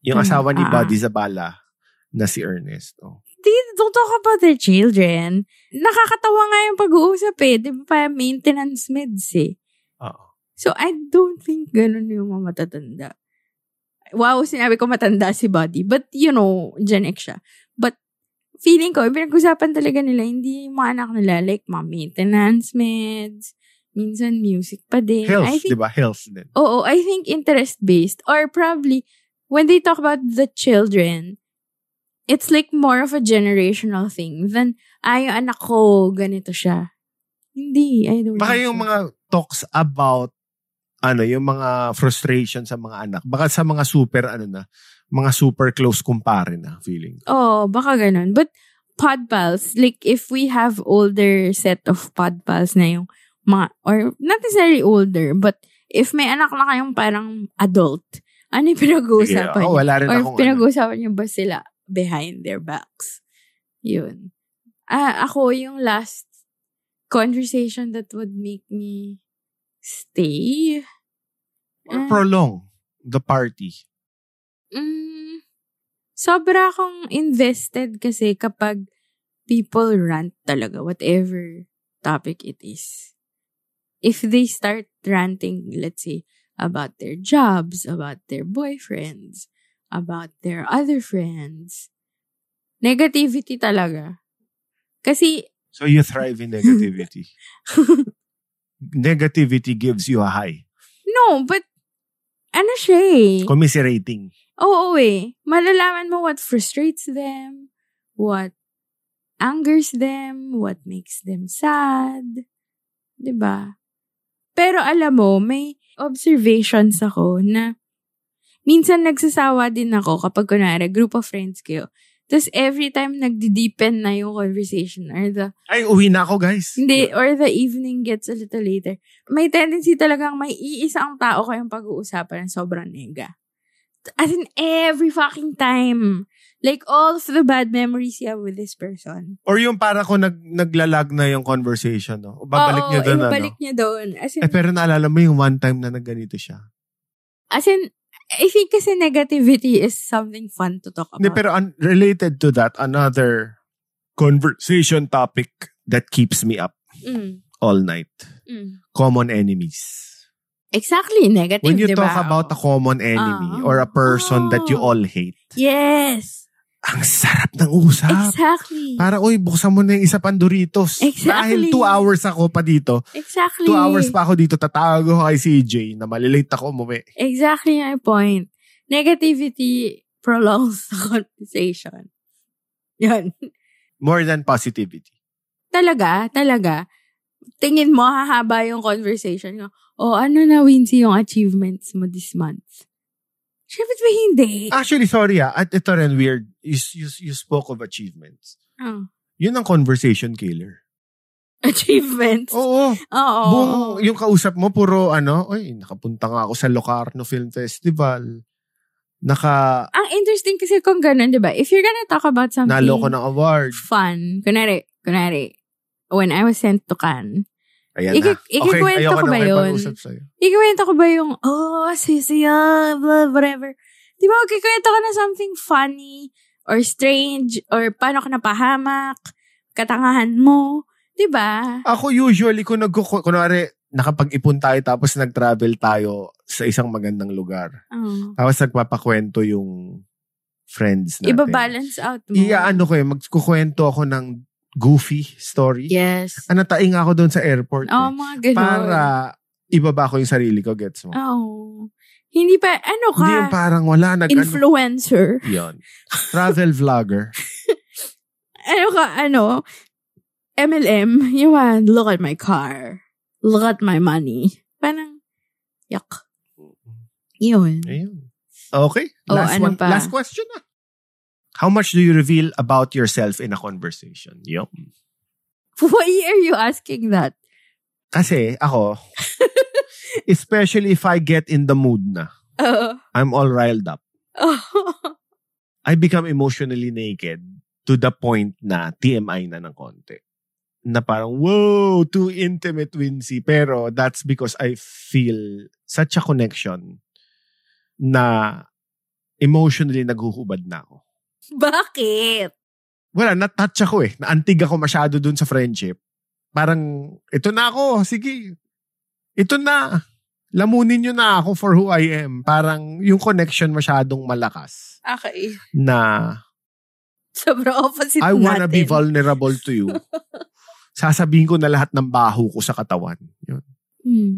Speaker 2: Yung
Speaker 3: Ano?
Speaker 2: asawa ni
Speaker 3: Ah.
Speaker 2: Buddy Zabala na si Ernest. Oh.
Speaker 3: They don't talk about their children. Nakakatawa nga yung pag-uusap eh. Di ba pa maintenance meds eh.
Speaker 2: Oo.
Speaker 3: So, I don't think ganun yung mga matatanda. Wow, sinabi ko matanda si Buddy. But, you know, Gen X siya. But, feeling ko, pinag-usapan talaga nila, hindi yung mga anak nila, like, mga maintenance meds, minsan music pa din. I
Speaker 2: Health,
Speaker 3: think,
Speaker 2: di ba? Health din.
Speaker 3: Oo, I think interest-based. Or probably, when they talk about the children, it's like more of a generational thing than, ay, yung anak ko, ganito siya. Hindi, I don't
Speaker 2: Baka
Speaker 3: think
Speaker 2: yung
Speaker 3: so.
Speaker 2: mga talks about ano, yung mga frustration sa mga anak. Baka sa mga super, ano na, mga super close kumpare na feeling.
Speaker 3: Oh, baka ganun. But pod pals, like if we have older set of pod pals na yung mga, or not necessarily older, but if may anak na kayong parang adult, ano yung
Speaker 2: Sige,
Speaker 3: pinag-uusapan
Speaker 2: oh,
Speaker 3: niyo?
Speaker 2: wala rin
Speaker 3: Or
Speaker 2: akong
Speaker 3: pinag-uusapan niyo ba sila behind their backs? Yun. Ah, ako yung last conversation that would make me stay.
Speaker 2: Or
Speaker 3: Ah.
Speaker 2: prolong the party.
Speaker 3: Mm, sobra akong invested kasi kapag people rant talaga, whatever topic it is. If they start ranting, let's say, about their jobs, about their boyfriends, about their other friends, negativity talaga. Kasi,
Speaker 2: So you thrive in negativity. negativity gives you a high.
Speaker 3: no, but, ano siya eh.
Speaker 2: Commiserating.
Speaker 3: Oo, eh. Malalaman mo what frustrates them, what angers them, what makes them sad. 'Di ba? Pero alam mo, may observations ako na minsan nagsasawa din ako kapag kunwari group of friends kayo. Tapos every time nagdi-deepen na yung conversation or the
Speaker 2: Ay, uwi na ako, guys.
Speaker 3: hindi or the evening gets a little later. May tendency talagang may iisang tao kayong pag-uusapan ng sobrang nega. As in every fucking time. Like all of the bad memories you have with this person.
Speaker 2: Or yung para ko nag, naglalag na yung conversation, no? O babalik
Speaker 3: Oo,
Speaker 2: niyo doon, ano?
Speaker 3: ibabalik niyo doon. As in,
Speaker 2: Eh, pero naalala mo yung one time na nagganito siya.
Speaker 3: As in, I think kasi negativity is something fun to talk about.
Speaker 2: Hindi, pero un- related to that, another conversation topic that keeps me up
Speaker 3: Mm,
Speaker 2: all night.
Speaker 3: mm.
Speaker 2: Common enemies.
Speaker 3: Exactly, negative,
Speaker 2: When you
Speaker 3: diba?
Speaker 2: talk about a common enemy
Speaker 3: Ah.
Speaker 2: or a person that you all hate,
Speaker 3: Yes!
Speaker 2: ang sarap ng usap.
Speaker 3: Exactly.
Speaker 2: Para, uy, buksan mo na yung isa pang Doritos.
Speaker 3: Exactly.
Speaker 2: Dahil two hours ako pa dito.
Speaker 3: exactly.
Speaker 2: Two hours pa ako dito. Tatawag ako kay CJ na malilate ako umuwi.
Speaker 3: Exactly my point. Negativity prolongs the conversation. Yan.
Speaker 2: More than positivity.
Speaker 3: Talaga, talaga. Tingin mo, hahaba yung conversation ko. O, ano na, Wincy, yung achievements mo this month? Siyempre, hindi.
Speaker 2: Actually, sorry ah. At ito rin weird. You, you, you spoke of achievements.
Speaker 3: Oh.
Speaker 2: Yun ang conversation killer.
Speaker 3: Achievements.
Speaker 2: Oo.
Speaker 3: Oo.
Speaker 2: Oh, Buong, yung kausap mo, puro ano, uy, nakapunta nga ako sa Locarno Film Festival. Naka,
Speaker 3: Ang interesting kasi kung ganun, di ba? If you're gonna talk about something
Speaker 2: nalo ko ng award.
Speaker 3: fun, kunwari, kunwari, when I was sent to Cannes,
Speaker 2: Ayan
Speaker 3: Iki-
Speaker 2: na. Okay,
Speaker 3: ikikwento
Speaker 2: ayoko
Speaker 3: ko
Speaker 2: na
Speaker 3: ba yun?
Speaker 2: makipag-usap sa'yo.
Speaker 3: ikiwento ko ba yung, oh, sisiya, blah, whatever. Di ba, kikwento ko na something funny, or strange, or paano ka napahamak, katangahan mo, di ba?
Speaker 2: Ako usually, kung nag kunwari, nakapag-ipon tayo tapos nag-travel tayo sa isang magandang lugar.
Speaker 3: Oh.
Speaker 2: Tapos nagpapakwento yung friends natin.
Speaker 3: Iba-balance out mo.
Speaker 2: Iya, ano ko eh, magkukwento ako ng goofy story.
Speaker 3: Yes. Oh
Speaker 2: Ano, taing ako doon sa airport.
Speaker 3: Oo,
Speaker 2: eh.
Speaker 3: mga ganun.
Speaker 2: para ibaba ko yung sarili ko, gets mo?
Speaker 3: Ah, Oo. Hindi pa, ano ka?
Speaker 2: Hindi yung parang wala. Nag, ano,
Speaker 3: influencer.
Speaker 2: yun. Travel vlogger.
Speaker 3: ano ka, ano, MLM, you want, look at my car. Look at my money. Parang, yuck. Yun.
Speaker 2: Ayun. Okay.
Speaker 3: Oh,
Speaker 2: last,
Speaker 3: ano
Speaker 2: one,
Speaker 3: pa?
Speaker 2: last question na. How much do you reveal about yourself in a conversation? Yun.
Speaker 3: Why are you asking that?
Speaker 2: Kasi ako, especially if I get in the mood na,
Speaker 3: Oo.
Speaker 2: I'm all riled up. I become emotionally naked to the point na TMI na ng konti. Na parang, whoa, too intimate, Wincy. Pero that's because I feel such a connection na emotionally naghuhubad na ako.
Speaker 3: Bakit?
Speaker 2: Wala, na-touch ako eh. Naantig ako masyado dun sa friendship. Parang, ito na ako, sige. Ito na. Lamunin nyo na ako for who I am. Parang yung connection masyadong malakas
Speaker 3: Okay.
Speaker 2: na
Speaker 3: Sobrang opposite
Speaker 2: I wanna
Speaker 3: natin.
Speaker 2: be vulnerable to you. Sasabihin ko na lahat ng baho ko sa katawan. Yun.
Speaker 3: Hmm.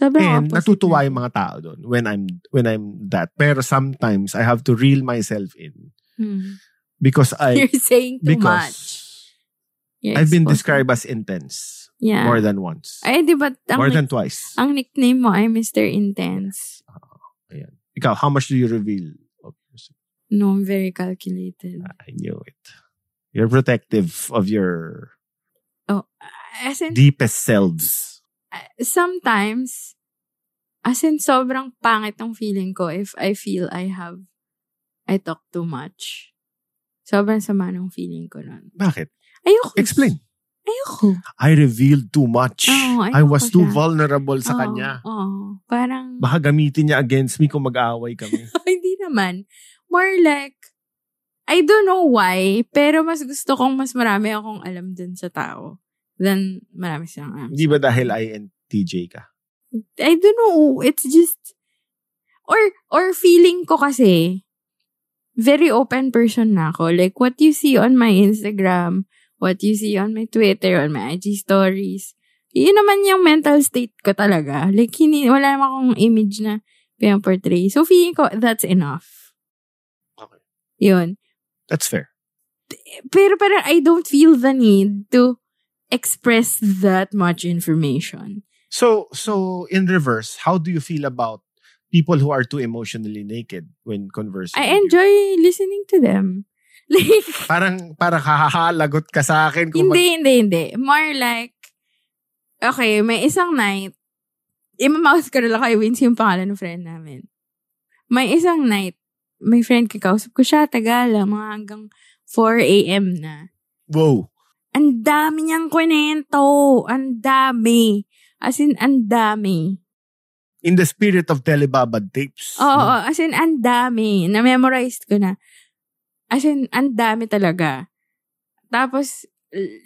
Speaker 3: Sobrang
Speaker 2: And
Speaker 3: opposite
Speaker 2: natutuwa
Speaker 3: natin.
Speaker 2: yung mga tao doon when I'm when I'm that. Pero sometimes I have to reel myself in
Speaker 3: Hmm.
Speaker 2: because I
Speaker 3: You're saying too much.
Speaker 2: because
Speaker 3: You're
Speaker 2: I've been
Speaker 3: exposing-
Speaker 2: described as intense
Speaker 3: yeah.
Speaker 2: more than once.
Speaker 3: Ay, di ba? Ang,
Speaker 2: More
Speaker 3: nick-
Speaker 2: than twice.
Speaker 3: ang nickname mo ay Mr. Intense.
Speaker 2: Ikaw, how much do you reveal? of yourself?
Speaker 3: No, I'm very calculated.
Speaker 2: I knew it. You're protective of your
Speaker 3: Oh, as in, uh,
Speaker 2: deepest selves.
Speaker 3: sometimes, as in, sobrang pangit ng feeling ko if I feel I have, I talk too much. Sobrang sama ng feeling ko nun.
Speaker 2: Bakit?
Speaker 3: Ayoko.
Speaker 2: Explain.
Speaker 3: Ayoko.
Speaker 2: I revealed too much.
Speaker 3: Oo,
Speaker 2: I was
Speaker 3: ayoko
Speaker 2: too
Speaker 3: siya.
Speaker 2: vulnerable sa
Speaker 3: Oo,
Speaker 2: kanya.
Speaker 3: Oo. Parang,
Speaker 2: Baka gamitin niya against me kung mag-aaway kami.
Speaker 3: hindi naman. More like, I don't know why, pero mas gusto kong mas marami akong alam dun sa tao than marami silang alam.
Speaker 2: Hindi ba dahil INTJ ka?
Speaker 3: I don't know. It's just or or feeling ko kasi very open person na ako. Like what you see on my Instagram, what you see on my Twitter, on my IG stories. Yun naman yung mental state ko talaga. Like hindi, wala naman akong image na pinaportray. So feeling ko that's enough.
Speaker 2: Okay.
Speaker 3: Yun.
Speaker 2: That's fair.
Speaker 3: Pero parang I don't feel the need to express that much information.
Speaker 2: So, so in reverse, how do you feel about people who are too emotionally naked when conversing? with
Speaker 3: I
Speaker 2: you?
Speaker 3: enjoy listening to them. Like,
Speaker 2: Parang parang hahahalagot ka sa akin kung
Speaker 3: hindi, hindi, hindi. More like, okay, may isang night, imamouth ko na lang kay Vince yung pangalan ng friend namin. May isang night, may friend kakausap ko siya, tagal, ah, mga hanggang 4 a.m. na.
Speaker 2: Whoa.
Speaker 3: Ang dami niyang kwento. Ang dami. As in, ang dami.
Speaker 2: In the spirit of Telebabad tapes.
Speaker 3: Oo, oo. as in, ang dami. Na-memorized ko na. As in, ang dami talaga. Tapos,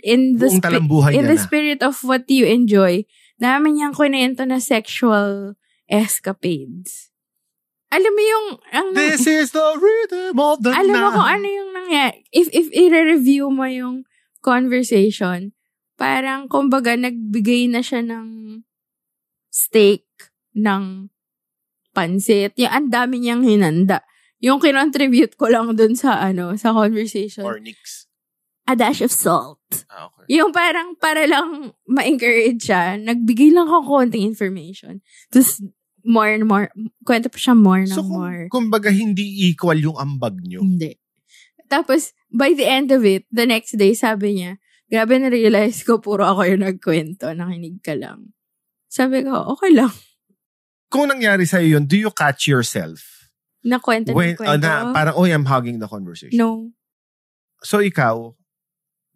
Speaker 3: in the,
Speaker 2: Buong
Speaker 3: spi-
Speaker 2: talambuhay
Speaker 3: in
Speaker 2: niya
Speaker 3: the
Speaker 2: na.
Speaker 3: spirit of what you enjoy, namin niyang kwento na sexual escapades. Alam mo yung, ang,
Speaker 2: This is the rhythm of the
Speaker 3: alam mo
Speaker 2: night.
Speaker 3: kung ano yung nangyari. If, if i-review mo yung conversation, parang, kumbaga, nagbigay na siya ng steak ng pansit. Yung ang dami niyang hinanda. Yung kinontribute ko lang dun sa, ano, sa conversation.
Speaker 2: Or Nix.
Speaker 3: a dash of salt.
Speaker 2: Ah, okay.
Speaker 3: Yung parang, para lang ma-encourage siya, nagbigay lang ako konting information. Tapos, more and more, kwento pa siya more ng
Speaker 2: So, kung,
Speaker 3: more.
Speaker 2: kumbaga, hindi equal yung ambag nyo.
Speaker 3: Hindi. Tapos, by the end of it, the next day, sabi niya, grabe na-realize ko, puro ako yung nagkwento, nakinig ka lang. Sabi ko, okay lang.
Speaker 2: Kung nangyari sa'yo yun, do you catch yourself?
Speaker 3: Nakwento
Speaker 2: When,
Speaker 3: ng
Speaker 2: ah,
Speaker 3: kwento.
Speaker 2: na, parang, oh, I'm hugging the conversation.
Speaker 3: no,
Speaker 2: So, ikaw,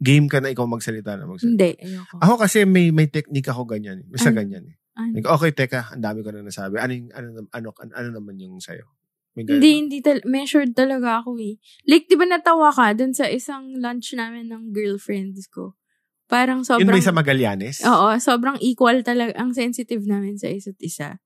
Speaker 2: game ka na ikaw magsalita na magsalita.
Speaker 3: hindi. Ayoko.
Speaker 2: Ako kasi may may technique ako ganyan. eh. Basta
Speaker 3: Ano?
Speaker 2: ganyan. eh.
Speaker 3: Ano?
Speaker 2: Like, okay, teka, ang dami ko na nasabi. Ano, yung, ano, nam- ano, ano, ano naman yung sa'yo? May ganun.
Speaker 3: Hindi, hindi tal- measured talaga ako eh. Like, di ba natawa ka dun sa isang lunch namin ng girlfriends ko? Parang sobrang...
Speaker 2: Yun ba yung sa Magallanes?
Speaker 3: Oo, sobrang equal talaga. Ang sensitive namin sa isa't isa.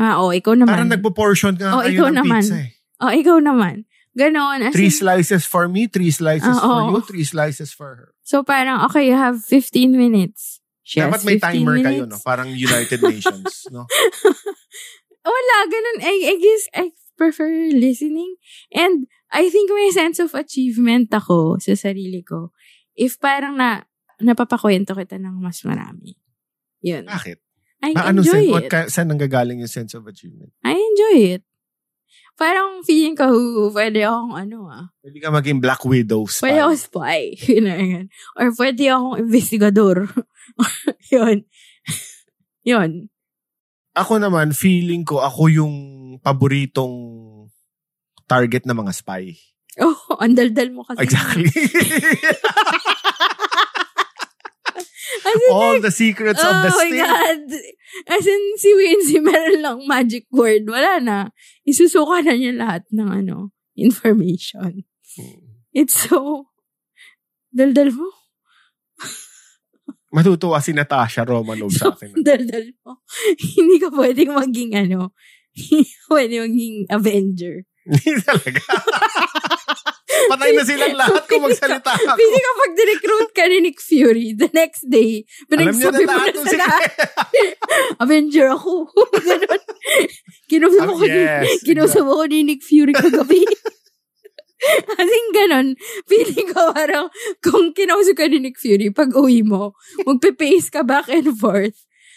Speaker 3: Ah, oh, ikaw naman.
Speaker 2: Parang nagpo-portion ka
Speaker 3: Oh,
Speaker 2: kayo
Speaker 3: ikaw
Speaker 2: ng
Speaker 3: naman.
Speaker 2: pizza eh.
Speaker 3: Oh, ikaw naman. Ganon. as
Speaker 2: Three
Speaker 3: in-
Speaker 2: slices for me, three slices
Speaker 3: Ah,
Speaker 2: for
Speaker 3: oo.
Speaker 2: you, three slices for her.
Speaker 3: So parang, okay, you have 15 minutes. She
Speaker 2: Dapat
Speaker 3: has
Speaker 2: may
Speaker 3: 15
Speaker 2: timer kayo, no?
Speaker 3: minutes.
Speaker 2: Parang United Nations, no?
Speaker 3: Wala, ganun. I, I guess I prefer listening. And I think may sense of achievement ako sa sarili ko. If parang na, napapakwento kita ng mas marami. Yun.
Speaker 2: Bakit?
Speaker 3: I
Speaker 2: Ba, ano,
Speaker 3: enjoy
Speaker 2: sen- what,
Speaker 3: it.
Speaker 2: ka, saan nanggagaling yung sense of achievement?
Speaker 3: I enjoy it. Parang feeling ko, "Ooh, pwede akong ano ah.
Speaker 2: Pwede ka maging Black Widow style.
Speaker 3: Pwede ako spy. Yun na yun. Or pwede akong investigador. yun. yun.
Speaker 2: Ako naman, feeling ko, ako yung paboritong target ng mga spy.
Speaker 3: Oh, ang daldal mo kasi.
Speaker 2: Exactly.
Speaker 3: As in,
Speaker 2: All
Speaker 3: like,
Speaker 2: the secrets
Speaker 3: oh
Speaker 2: of the
Speaker 3: my
Speaker 2: state.
Speaker 3: God. As in, si Wincy meron lang magic word. Wala na. Isusuka na niya lahat ng ano, information.
Speaker 2: Hmm.
Speaker 3: It's so, daldal mo.
Speaker 2: Matutuwa si Natasha Romanov sa akin.
Speaker 3: daldal mo. Hindi ka pwedeng maging ano, hindi ka pwedeng maging Avenger.
Speaker 2: Hindi talaga. Patay na silang lahat kung magsalita ako.
Speaker 3: Pili ka pag recruit ka ni Nick Fury the next day.
Speaker 2: Alam niyo na
Speaker 3: Pinagsabi mo
Speaker 2: lahat
Speaker 3: na
Speaker 2: ng
Speaker 3: sa lahat.
Speaker 2: secret.
Speaker 3: Avenger ako. Ganun. Kinusap
Speaker 2: Ah,
Speaker 3: ako,
Speaker 2: yes,
Speaker 3: ni, kinusap ako ni Nick Fury kagabi. As in, ganun. Feeling ko parang, kung kinusap ka ni Nick Fury, pag uwi mo, magpe-pace ka back and forth.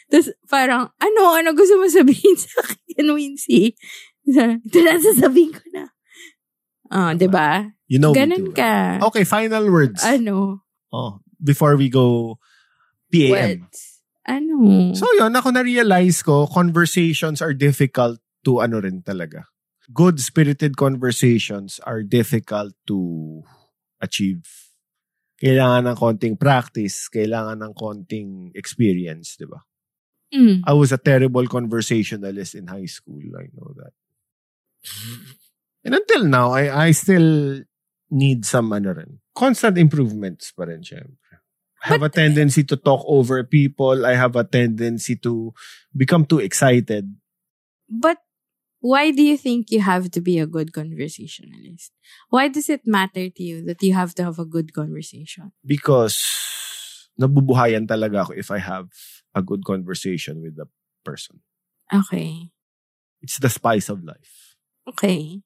Speaker 3: Tapos parang, ano, ano gusto mo sabihin sa akin, Wincy? Sa- Ito na, sasabihin ko na. Ah, di ba?
Speaker 2: You know me
Speaker 3: Ganun
Speaker 2: too.
Speaker 3: ka.
Speaker 2: Okay, final words.
Speaker 3: Ano?
Speaker 2: oh, before we go PAM.
Speaker 3: What? Ano?
Speaker 2: So yun, ako na-realize ko, conversations are difficult to ano rin talaga. Good-spirited conversations are difficult to achieve. Kailangan ng konting practice, kailangan ng konting experience, di ba?
Speaker 3: Mm.
Speaker 2: I was a terrible conversationalist in high school. I know that. And until now, I, I still need some ano rin. Constant improvements pa rin, syempre. I have a tendency to talk over people. I have a tendency to become too excited.
Speaker 3: But why do you think you have to be a good conversationalist? Why does it matter to you that you have to have a good conversation?
Speaker 2: because nabubuhayan talaga ako if I have a good conversation with the person.
Speaker 3: Okay.
Speaker 2: It's the spice of life
Speaker 3: Okay.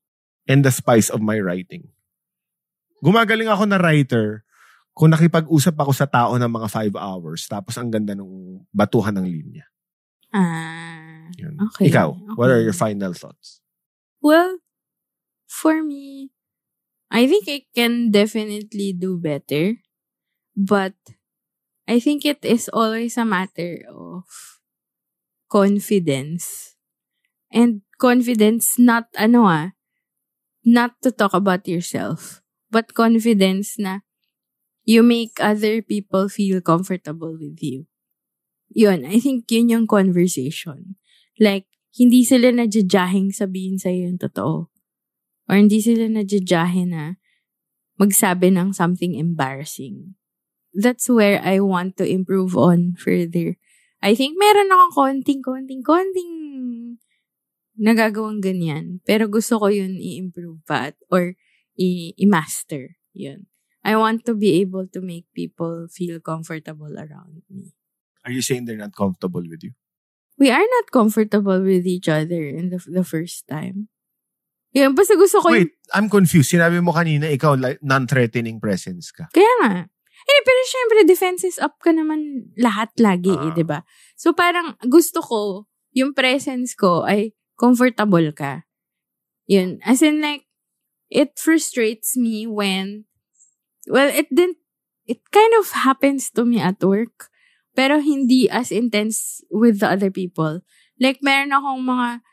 Speaker 2: and the spice of my writing. Gumagaling ako na writer kung nakipag-usap ako sa tao ng mga five hours tapos ang ganda ng batuhan ng linya.
Speaker 3: Ah,
Speaker 5: Yun.
Speaker 3: Okay.
Speaker 5: Ikaw, what
Speaker 3: Okay.
Speaker 5: are your final thoughts?
Speaker 3: well, for me, I think I can definitely do better. But I think it is always a matter of confidence. And confidence not ano ah, not to talk about yourself, but confidence na you make other people feel comfortable with you. Yun, I think yun yung conversation. Like, hindi sila nadyadyahin sabihin sa'yo yung totoo. Or hindi sila nadyadyahin na magsabi ng something embarrassing. That's where I want to improve on further. I think meron akong konting, konting, konting nagagawang ganyan. Pero gusto ko yun i-improve pa at, or i- i-master. Yun. I want to be able to make people feel comfortable around me.
Speaker 5: Are you saying they're not comfortable with you?
Speaker 3: we are not comfortable with each other in the, the first time. Yun, basta gusto ko yung-
Speaker 5: Wait, I'm confused. Sinabi mo kanina, ikaw, like, non-threatening presence ka.
Speaker 3: Kaya nga. Eh, pero syempre, defenses up ka naman lahat lagi eh,
Speaker 5: Ah.
Speaker 3: di ba? So parang gusto ko, yung presence ko ay comfortable ka. Yun. As in like, it frustrates me when, well, it didn't, it kind of happens to me at work. Pero hindi as intense with the other people. Like, meron akong mga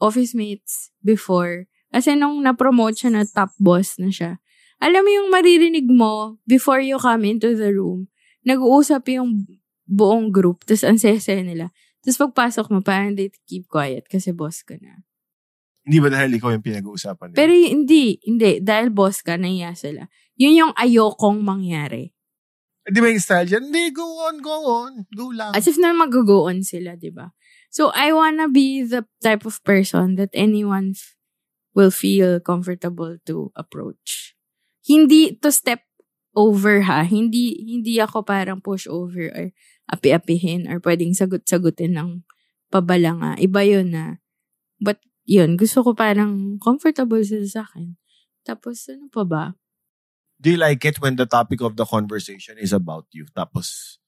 Speaker 3: office mates before. Kasi nung na-promote siya na top boss na siya, alam mo yung maririnig mo before you come into the room, nag-uusap yung buong group, tapos ang sesaya nila. Tapos pagpasok mo, parang they keep quiet kasi boss ka na.
Speaker 5: Hindi ba dahil ikaw yung pinag-uusapan nila?
Speaker 3: Pero y- hindi, hindi. Dahil boss ka, nahiya sila. Yun yung ayokong mangyari.
Speaker 5: Eh, Di ba yung style dyan? Hindi, go on, go on. Go lang.
Speaker 2: Ah.
Speaker 3: As if na mag-go on sila, di ba? So, I wanna be the type of person that anyone f- will feel comfortable to approach. Hindi to step over ha. Hindi hindi ako parang push over or api-apihin or pwedeng sagot-sagutin ng pabalanga. Iba yun na. But yun, gusto ko parang comfortable sila sa akin. Tapos ano pa ba?
Speaker 5: Do you like it when the topic of the conversation is about you? Tapos,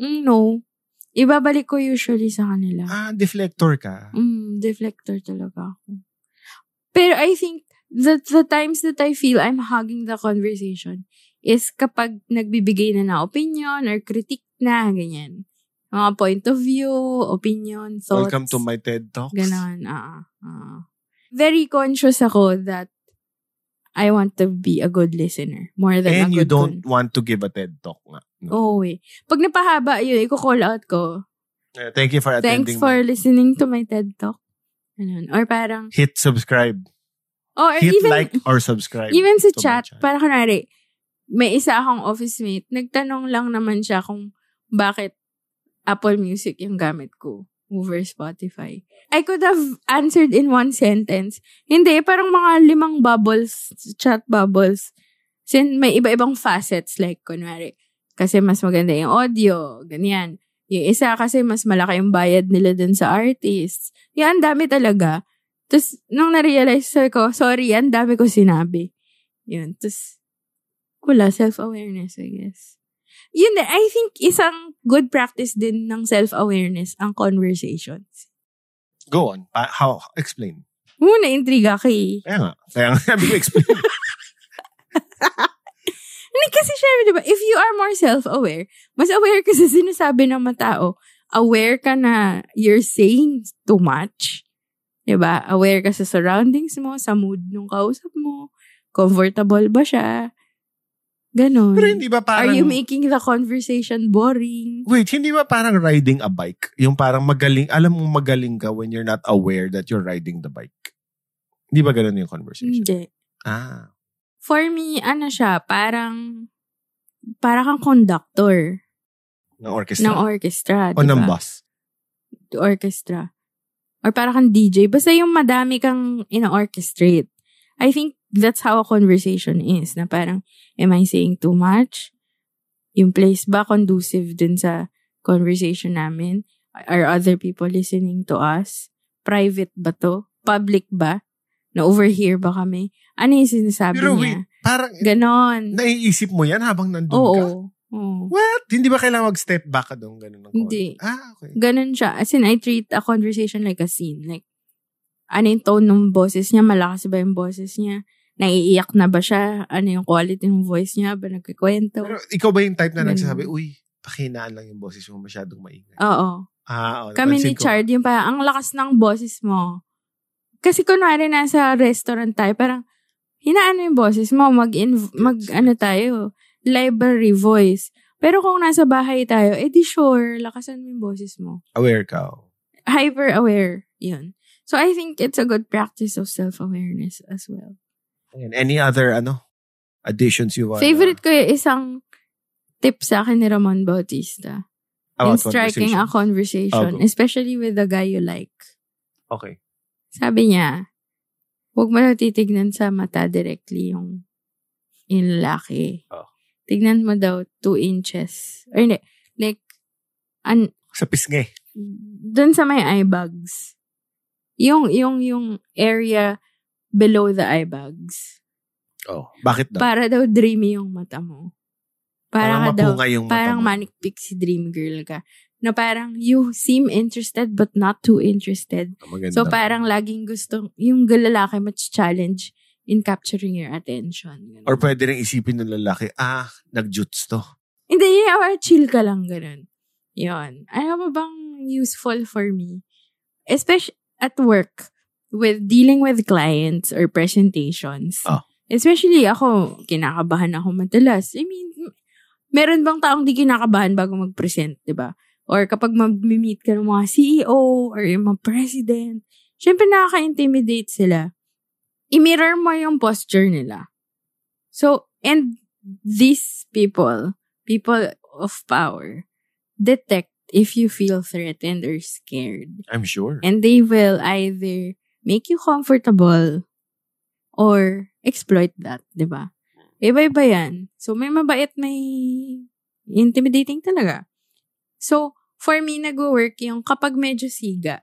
Speaker 3: Mm, no. Ibabalik ko usually sa kanila.
Speaker 5: ah, deflector ka.
Speaker 3: Mm, deflector talaga ako. Pero I think that the times that I feel I'm hugging the conversation is kapag nagbibigay na na opinion or critique na, ganyan. Mga point of view, opinion, thoughts.
Speaker 5: Welcome to my TED Talks.
Speaker 3: Ganon, ah, ah. Very conscious ako that I want to be a good listener more than
Speaker 5: And
Speaker 3: a
Speaker 5: you
Speaker 3: good
Speaker 5: don't
Speaker 3: con-
Speaker 5: want to give a TED Talk nga. No.
Speaker 3: Oo eh. Pag napahaba yun, iko-call out ko.
Speaker 5: Eh, Thank you for
Speaker 3: Thanks
Speaker 5: attending.
Speaker 3: for
Speaker 5: my-
Speaker 3: listening to my TED Talk. Ganon. Or parang,
Speaker 5: Hit subscribe.
Speaker 3: Or
Speaker 5: Hit
Speaker 3: even,
Speaker 5: like or subscribe.
Speaker 3: even sa
Speaker 5: to my
Speaker 3: chat, parang kunwari, may isa akong office mate, nagtanong lang naman siya kung bakit Apple Music yung gamit ko over Spotify. I could have answered in one sentence. Hindi, parang mga limang bubbles, chat bubbles. Sin may iba-ibang facets like kunwari, kasi mas maganda yung audio, ganyan. Yung isa kasi mas malaki yung bayad nila dun sa artists. Yan, ang dami talaga. Tapos, nung narealize sabi ko, sorry, ang dami ko sinabi. Yun. Tapos, wala, self-awareness, I guess. Yun din, I think isang good practice din ng self-awareness ang conversations.
Speaker 5: Go on. Pa- how? Explain.
Speaker 3: Muna, intriga ka eh.
Speaker 5: Kaya nga. Kaya nga, sabi ko explain.
Speaker 3: Hindi kasi syempre, di ba, if you are more self-aware, mas aware ka sa sinasabi ng mga tao, aware ka na you're saying too much. Di ba? Aware ka sa surroundings mo, sa mood nung kausap mo, comfortable ba siya? Ganon.
Speaker 5: Pero hindi ba
Speaker 3: Are
Speaker 5: parang...
Speaker 3: you making the conversation boring?
Speaker 5: Wait, hindi ba parang riding a bike? Yung parang magaling, alam mo magaling ka when you're not aware that you're riding the bike. Hindi ba ganun yung conversation?
Speaker 3: Hindi.
Speaker 5: Ah.
Speaker 3: For me, ano siya, parang, parang kang conductor
Speaker 5: Ng orchestra.
Speaker 3: ng orchestra.
Speaker 5: o ng
Speaker 3: diba?
Speaker 5: bus.
Speaker 3: orchestra. Or parang kang DJ. Basta yung madami kang ina-orchestrate. I think that's how a conversation is. Na parang, am I saying too much? Yung place ba conducive dun sa conversation namin? Are other people listening to us? Private ba to? Public ba? Na-overhear ba kami? Ano yung sinasabi
Speaker 5: Pero
Speaker 3: niya?
Speaker 5: wait, parang
Speaker 3: Ganon.
Speaker 5: naiisip mo yan habang nandun ka?
Speaker 3: Oo. Oo.
Speaker 2: What? Hindi ba kailangan mag-step back ka doon? Ganun ng
Speaker 3: Hindi.
Speaker 2: konti? Ah, okay.
Speaker 3: Ganun siya. As in, I treat a conversation like a scene. Like, ano yung tone ng boses niya? Malakas ba yung boses niya? Naiiyak na ba siya? Ano yung quality ng voice niya? Ba nagkikwento?
Speaker 2: Pero ikaw ba yung type na
Speaker 3: Ganun.
Speaker 2: nagsasabi, uy, pakinaan lang yung boses mo masyadong maingay.
Speaker 3: Oo.
Speaker 2: ah, oo,
Speaker 3: Kami
Speaker 2: napansin
Speaker 3: ni
Speaker 2: ko.
Speaker 3: Chard, yung parang, ang lakas ng boses mo. Kasi kunwari nasa restaurant tayo, parang, hinaano yung boses mo, mag, mag ano tayo, library voice. Pero kung nasa bahay tayo, eh di sure, lakasan mo yung boses mo.
Speaker 2: Aware ka. oh.
Speaker 3: Hyper aware, yun. So I think it's a good practice of self-awareness as well.
Speaker 2: Ayan. Any other, ano, additions you want?
Speaker 3: Favorite ko yung isang tip sa akin ni Ramon Bautista. in striking Ah, a conversation, Ah,
Speaker 2: Opo.
Speaker 3: especially with the guy you like.
Speaker 2: Okay.
Speaker 3: Sabi niya, huwag mo na titignan sa mata directly yung yung lalaki.
Speaker 2: Oh.
Speaker 3: Tignan mo daw two inches. Or hindi, like, an,
Speaker 2: Sa pisngi.
Speaker 3: dun sa may eye bags. Yung, yung, yung area below the eye bags.
Speaker 2: Oh. Bakit daw?
Speaker 3: Para daw dreamy yung mata mo. Para
Speaker 2: parang
Speaker 3: ka daw,
Speaker 2: mapungay yung mata
Speaker 3: parang
Speaker 2: mo.
Speaker 3: manic pixie dream girl ka. Na parang you seem interested but not too interested.
Speaker 2: Ah, Maganda.
Speaker 3: So parang laging gusto, yung lalaki challenge in capturing your attention. Ganun.
Speaker 2: Or pwede rin isipin ng lalaki, ah, nag-jutes to.
Speaker 3: Hindi, yeah, or chill ka lang, ganun. Yun. Ano ba bang useful for me? Especially at work, with dealing with clients or presentations.
Speaker 2: Ah.
Speaker 3: Especially ako, kinakabahan ako madalas. I mean, m- meron bang taong di kinakabahan bago mag-present, di ba? Or kapag mag-meet ka ng mga CEO or yung mga president, syempre nakaka-intimidate sila. I-mirror mo yung posture nila. So, and these people, people of power, detect if you feel threatened or scared.
Speaker 2: I'm sure.
Speaker 3: And they will either make you comfortable or exploit that, di ba? Iba-iba yan. So, may mabait, may intimidating talaga. So, for me, nag-work yung kapag medyo siga,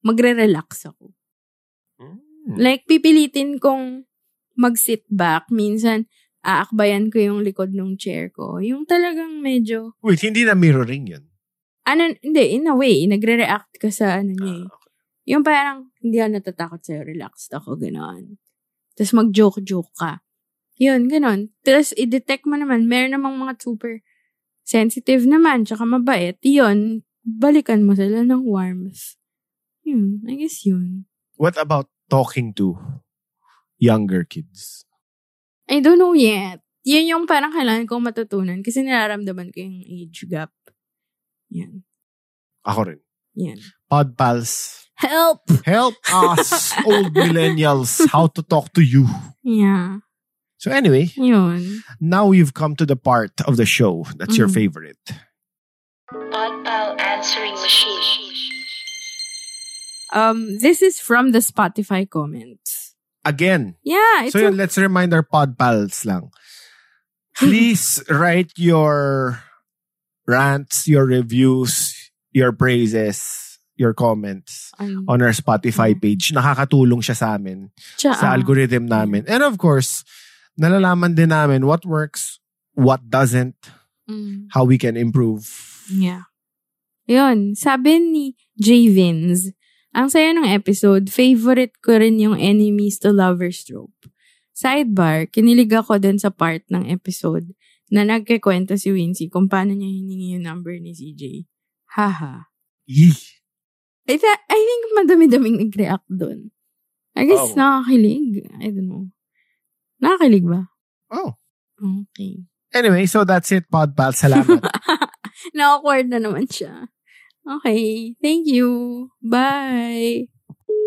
Speaker 3: magre-relax ako. Like, pipilitin kong mag-sit back. Minsan, aakbayan ko yung likod ng chair ko. Yung talagang medyo,
Speaker 2: Wait, hindi na mirroring yun.
Speaker 3: ano, hindi, in a way, nagre-react ka sa ano niya eh.
Speaker 2: Ah,
Speaker 3: Yung parang, hindi ako natatakot sa'yo, relaxed ako, gano'n. Tapos mag-joke-joke ka. Yun, gano'n. Tapos i-detect mo naman, meron namang mga super sensitive naman, tsaka mabait. Yun, balikan mo sila ng warmth. Yun, I guess yun.
Speaker 2: What about talking to younger kids?
Speaker 3: I don't know yet. Yun yung parang kailangan kong matutunan kasi nararamdaman ko yung age gap. Yan.
Speaker 2: Ako rin.
Speaker 3: Yan.
Speaker 2: Pod pals,
Speaker 3: Help!
Speaker 2: help us old millennials how to talk to you.
Speaker 3: Yeah.
Speaker 2: So anyway,
Speaker 3: Yun.
Speaker 2: now we've come to the part of the show that's your
Speaker 3: Mhm.
Speaker 2: favorite.
Speaker 6: Oddball answering machine.
Speaker 3: Um, this is from the Spotify comments.
Speaker 2: Again,
Speaker 3: Yeah, it's
Speaker 2: so yun, let's remind our pod pals lang. Please write your rants, your reviews, your praises, your comments
Speaker 3: um,
Speaker 2: on our Spotify page. Nakakatulong siya sa amin.
Speaker 3: tsaka-
Speaker 2: sa algorithm namin. And of course, nalalaman din namin what works, what doesn't,
Speaker 3: Mm,
Speaker 2: how we can improve.
Speaker 3: yeah. Yun. Sabi ni Javins, ang saya ng episode, favorite ko rin yung enemies to lovers trope. Sidebar, kinilig ako dun sa part ng episode na nagkikwento si Wincy kung paano niya hiningi yung number ni CJ. Haha.
Speaker 2: Yee.
Speaker 3: I, th- I think madami-daming nag-react dun. I guess
Speaker 2: Oo.
Speaker 3: nakakilig. I don't know. Nakakilig ba?
Speaker 2: Oh.
Speaker 3: Okay.
Speaker 2: Anyway, so that's it, Pod Pal. Salamat.
Speaker 3: Na-awkward na naman siya. Okay. Thank you. Bye.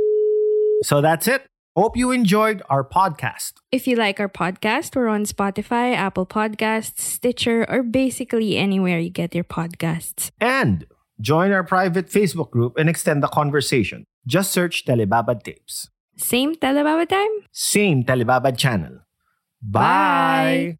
Speaker 2: so that's it. Hope you enjoyed our podcast.
Speaker 3: If you like our podcast, we're on Spotify, Apple Podcasts, Stitcher, or basically anywhere you get your podcasts.
Speaker 2: And join our private Facebook group and extend the conversation. Just search Telebabad Tapes.
Speaker 3: Same Telebaba time?
Speaker 2: Same Telebabad channel. Bye.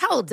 Speaker 7: Hold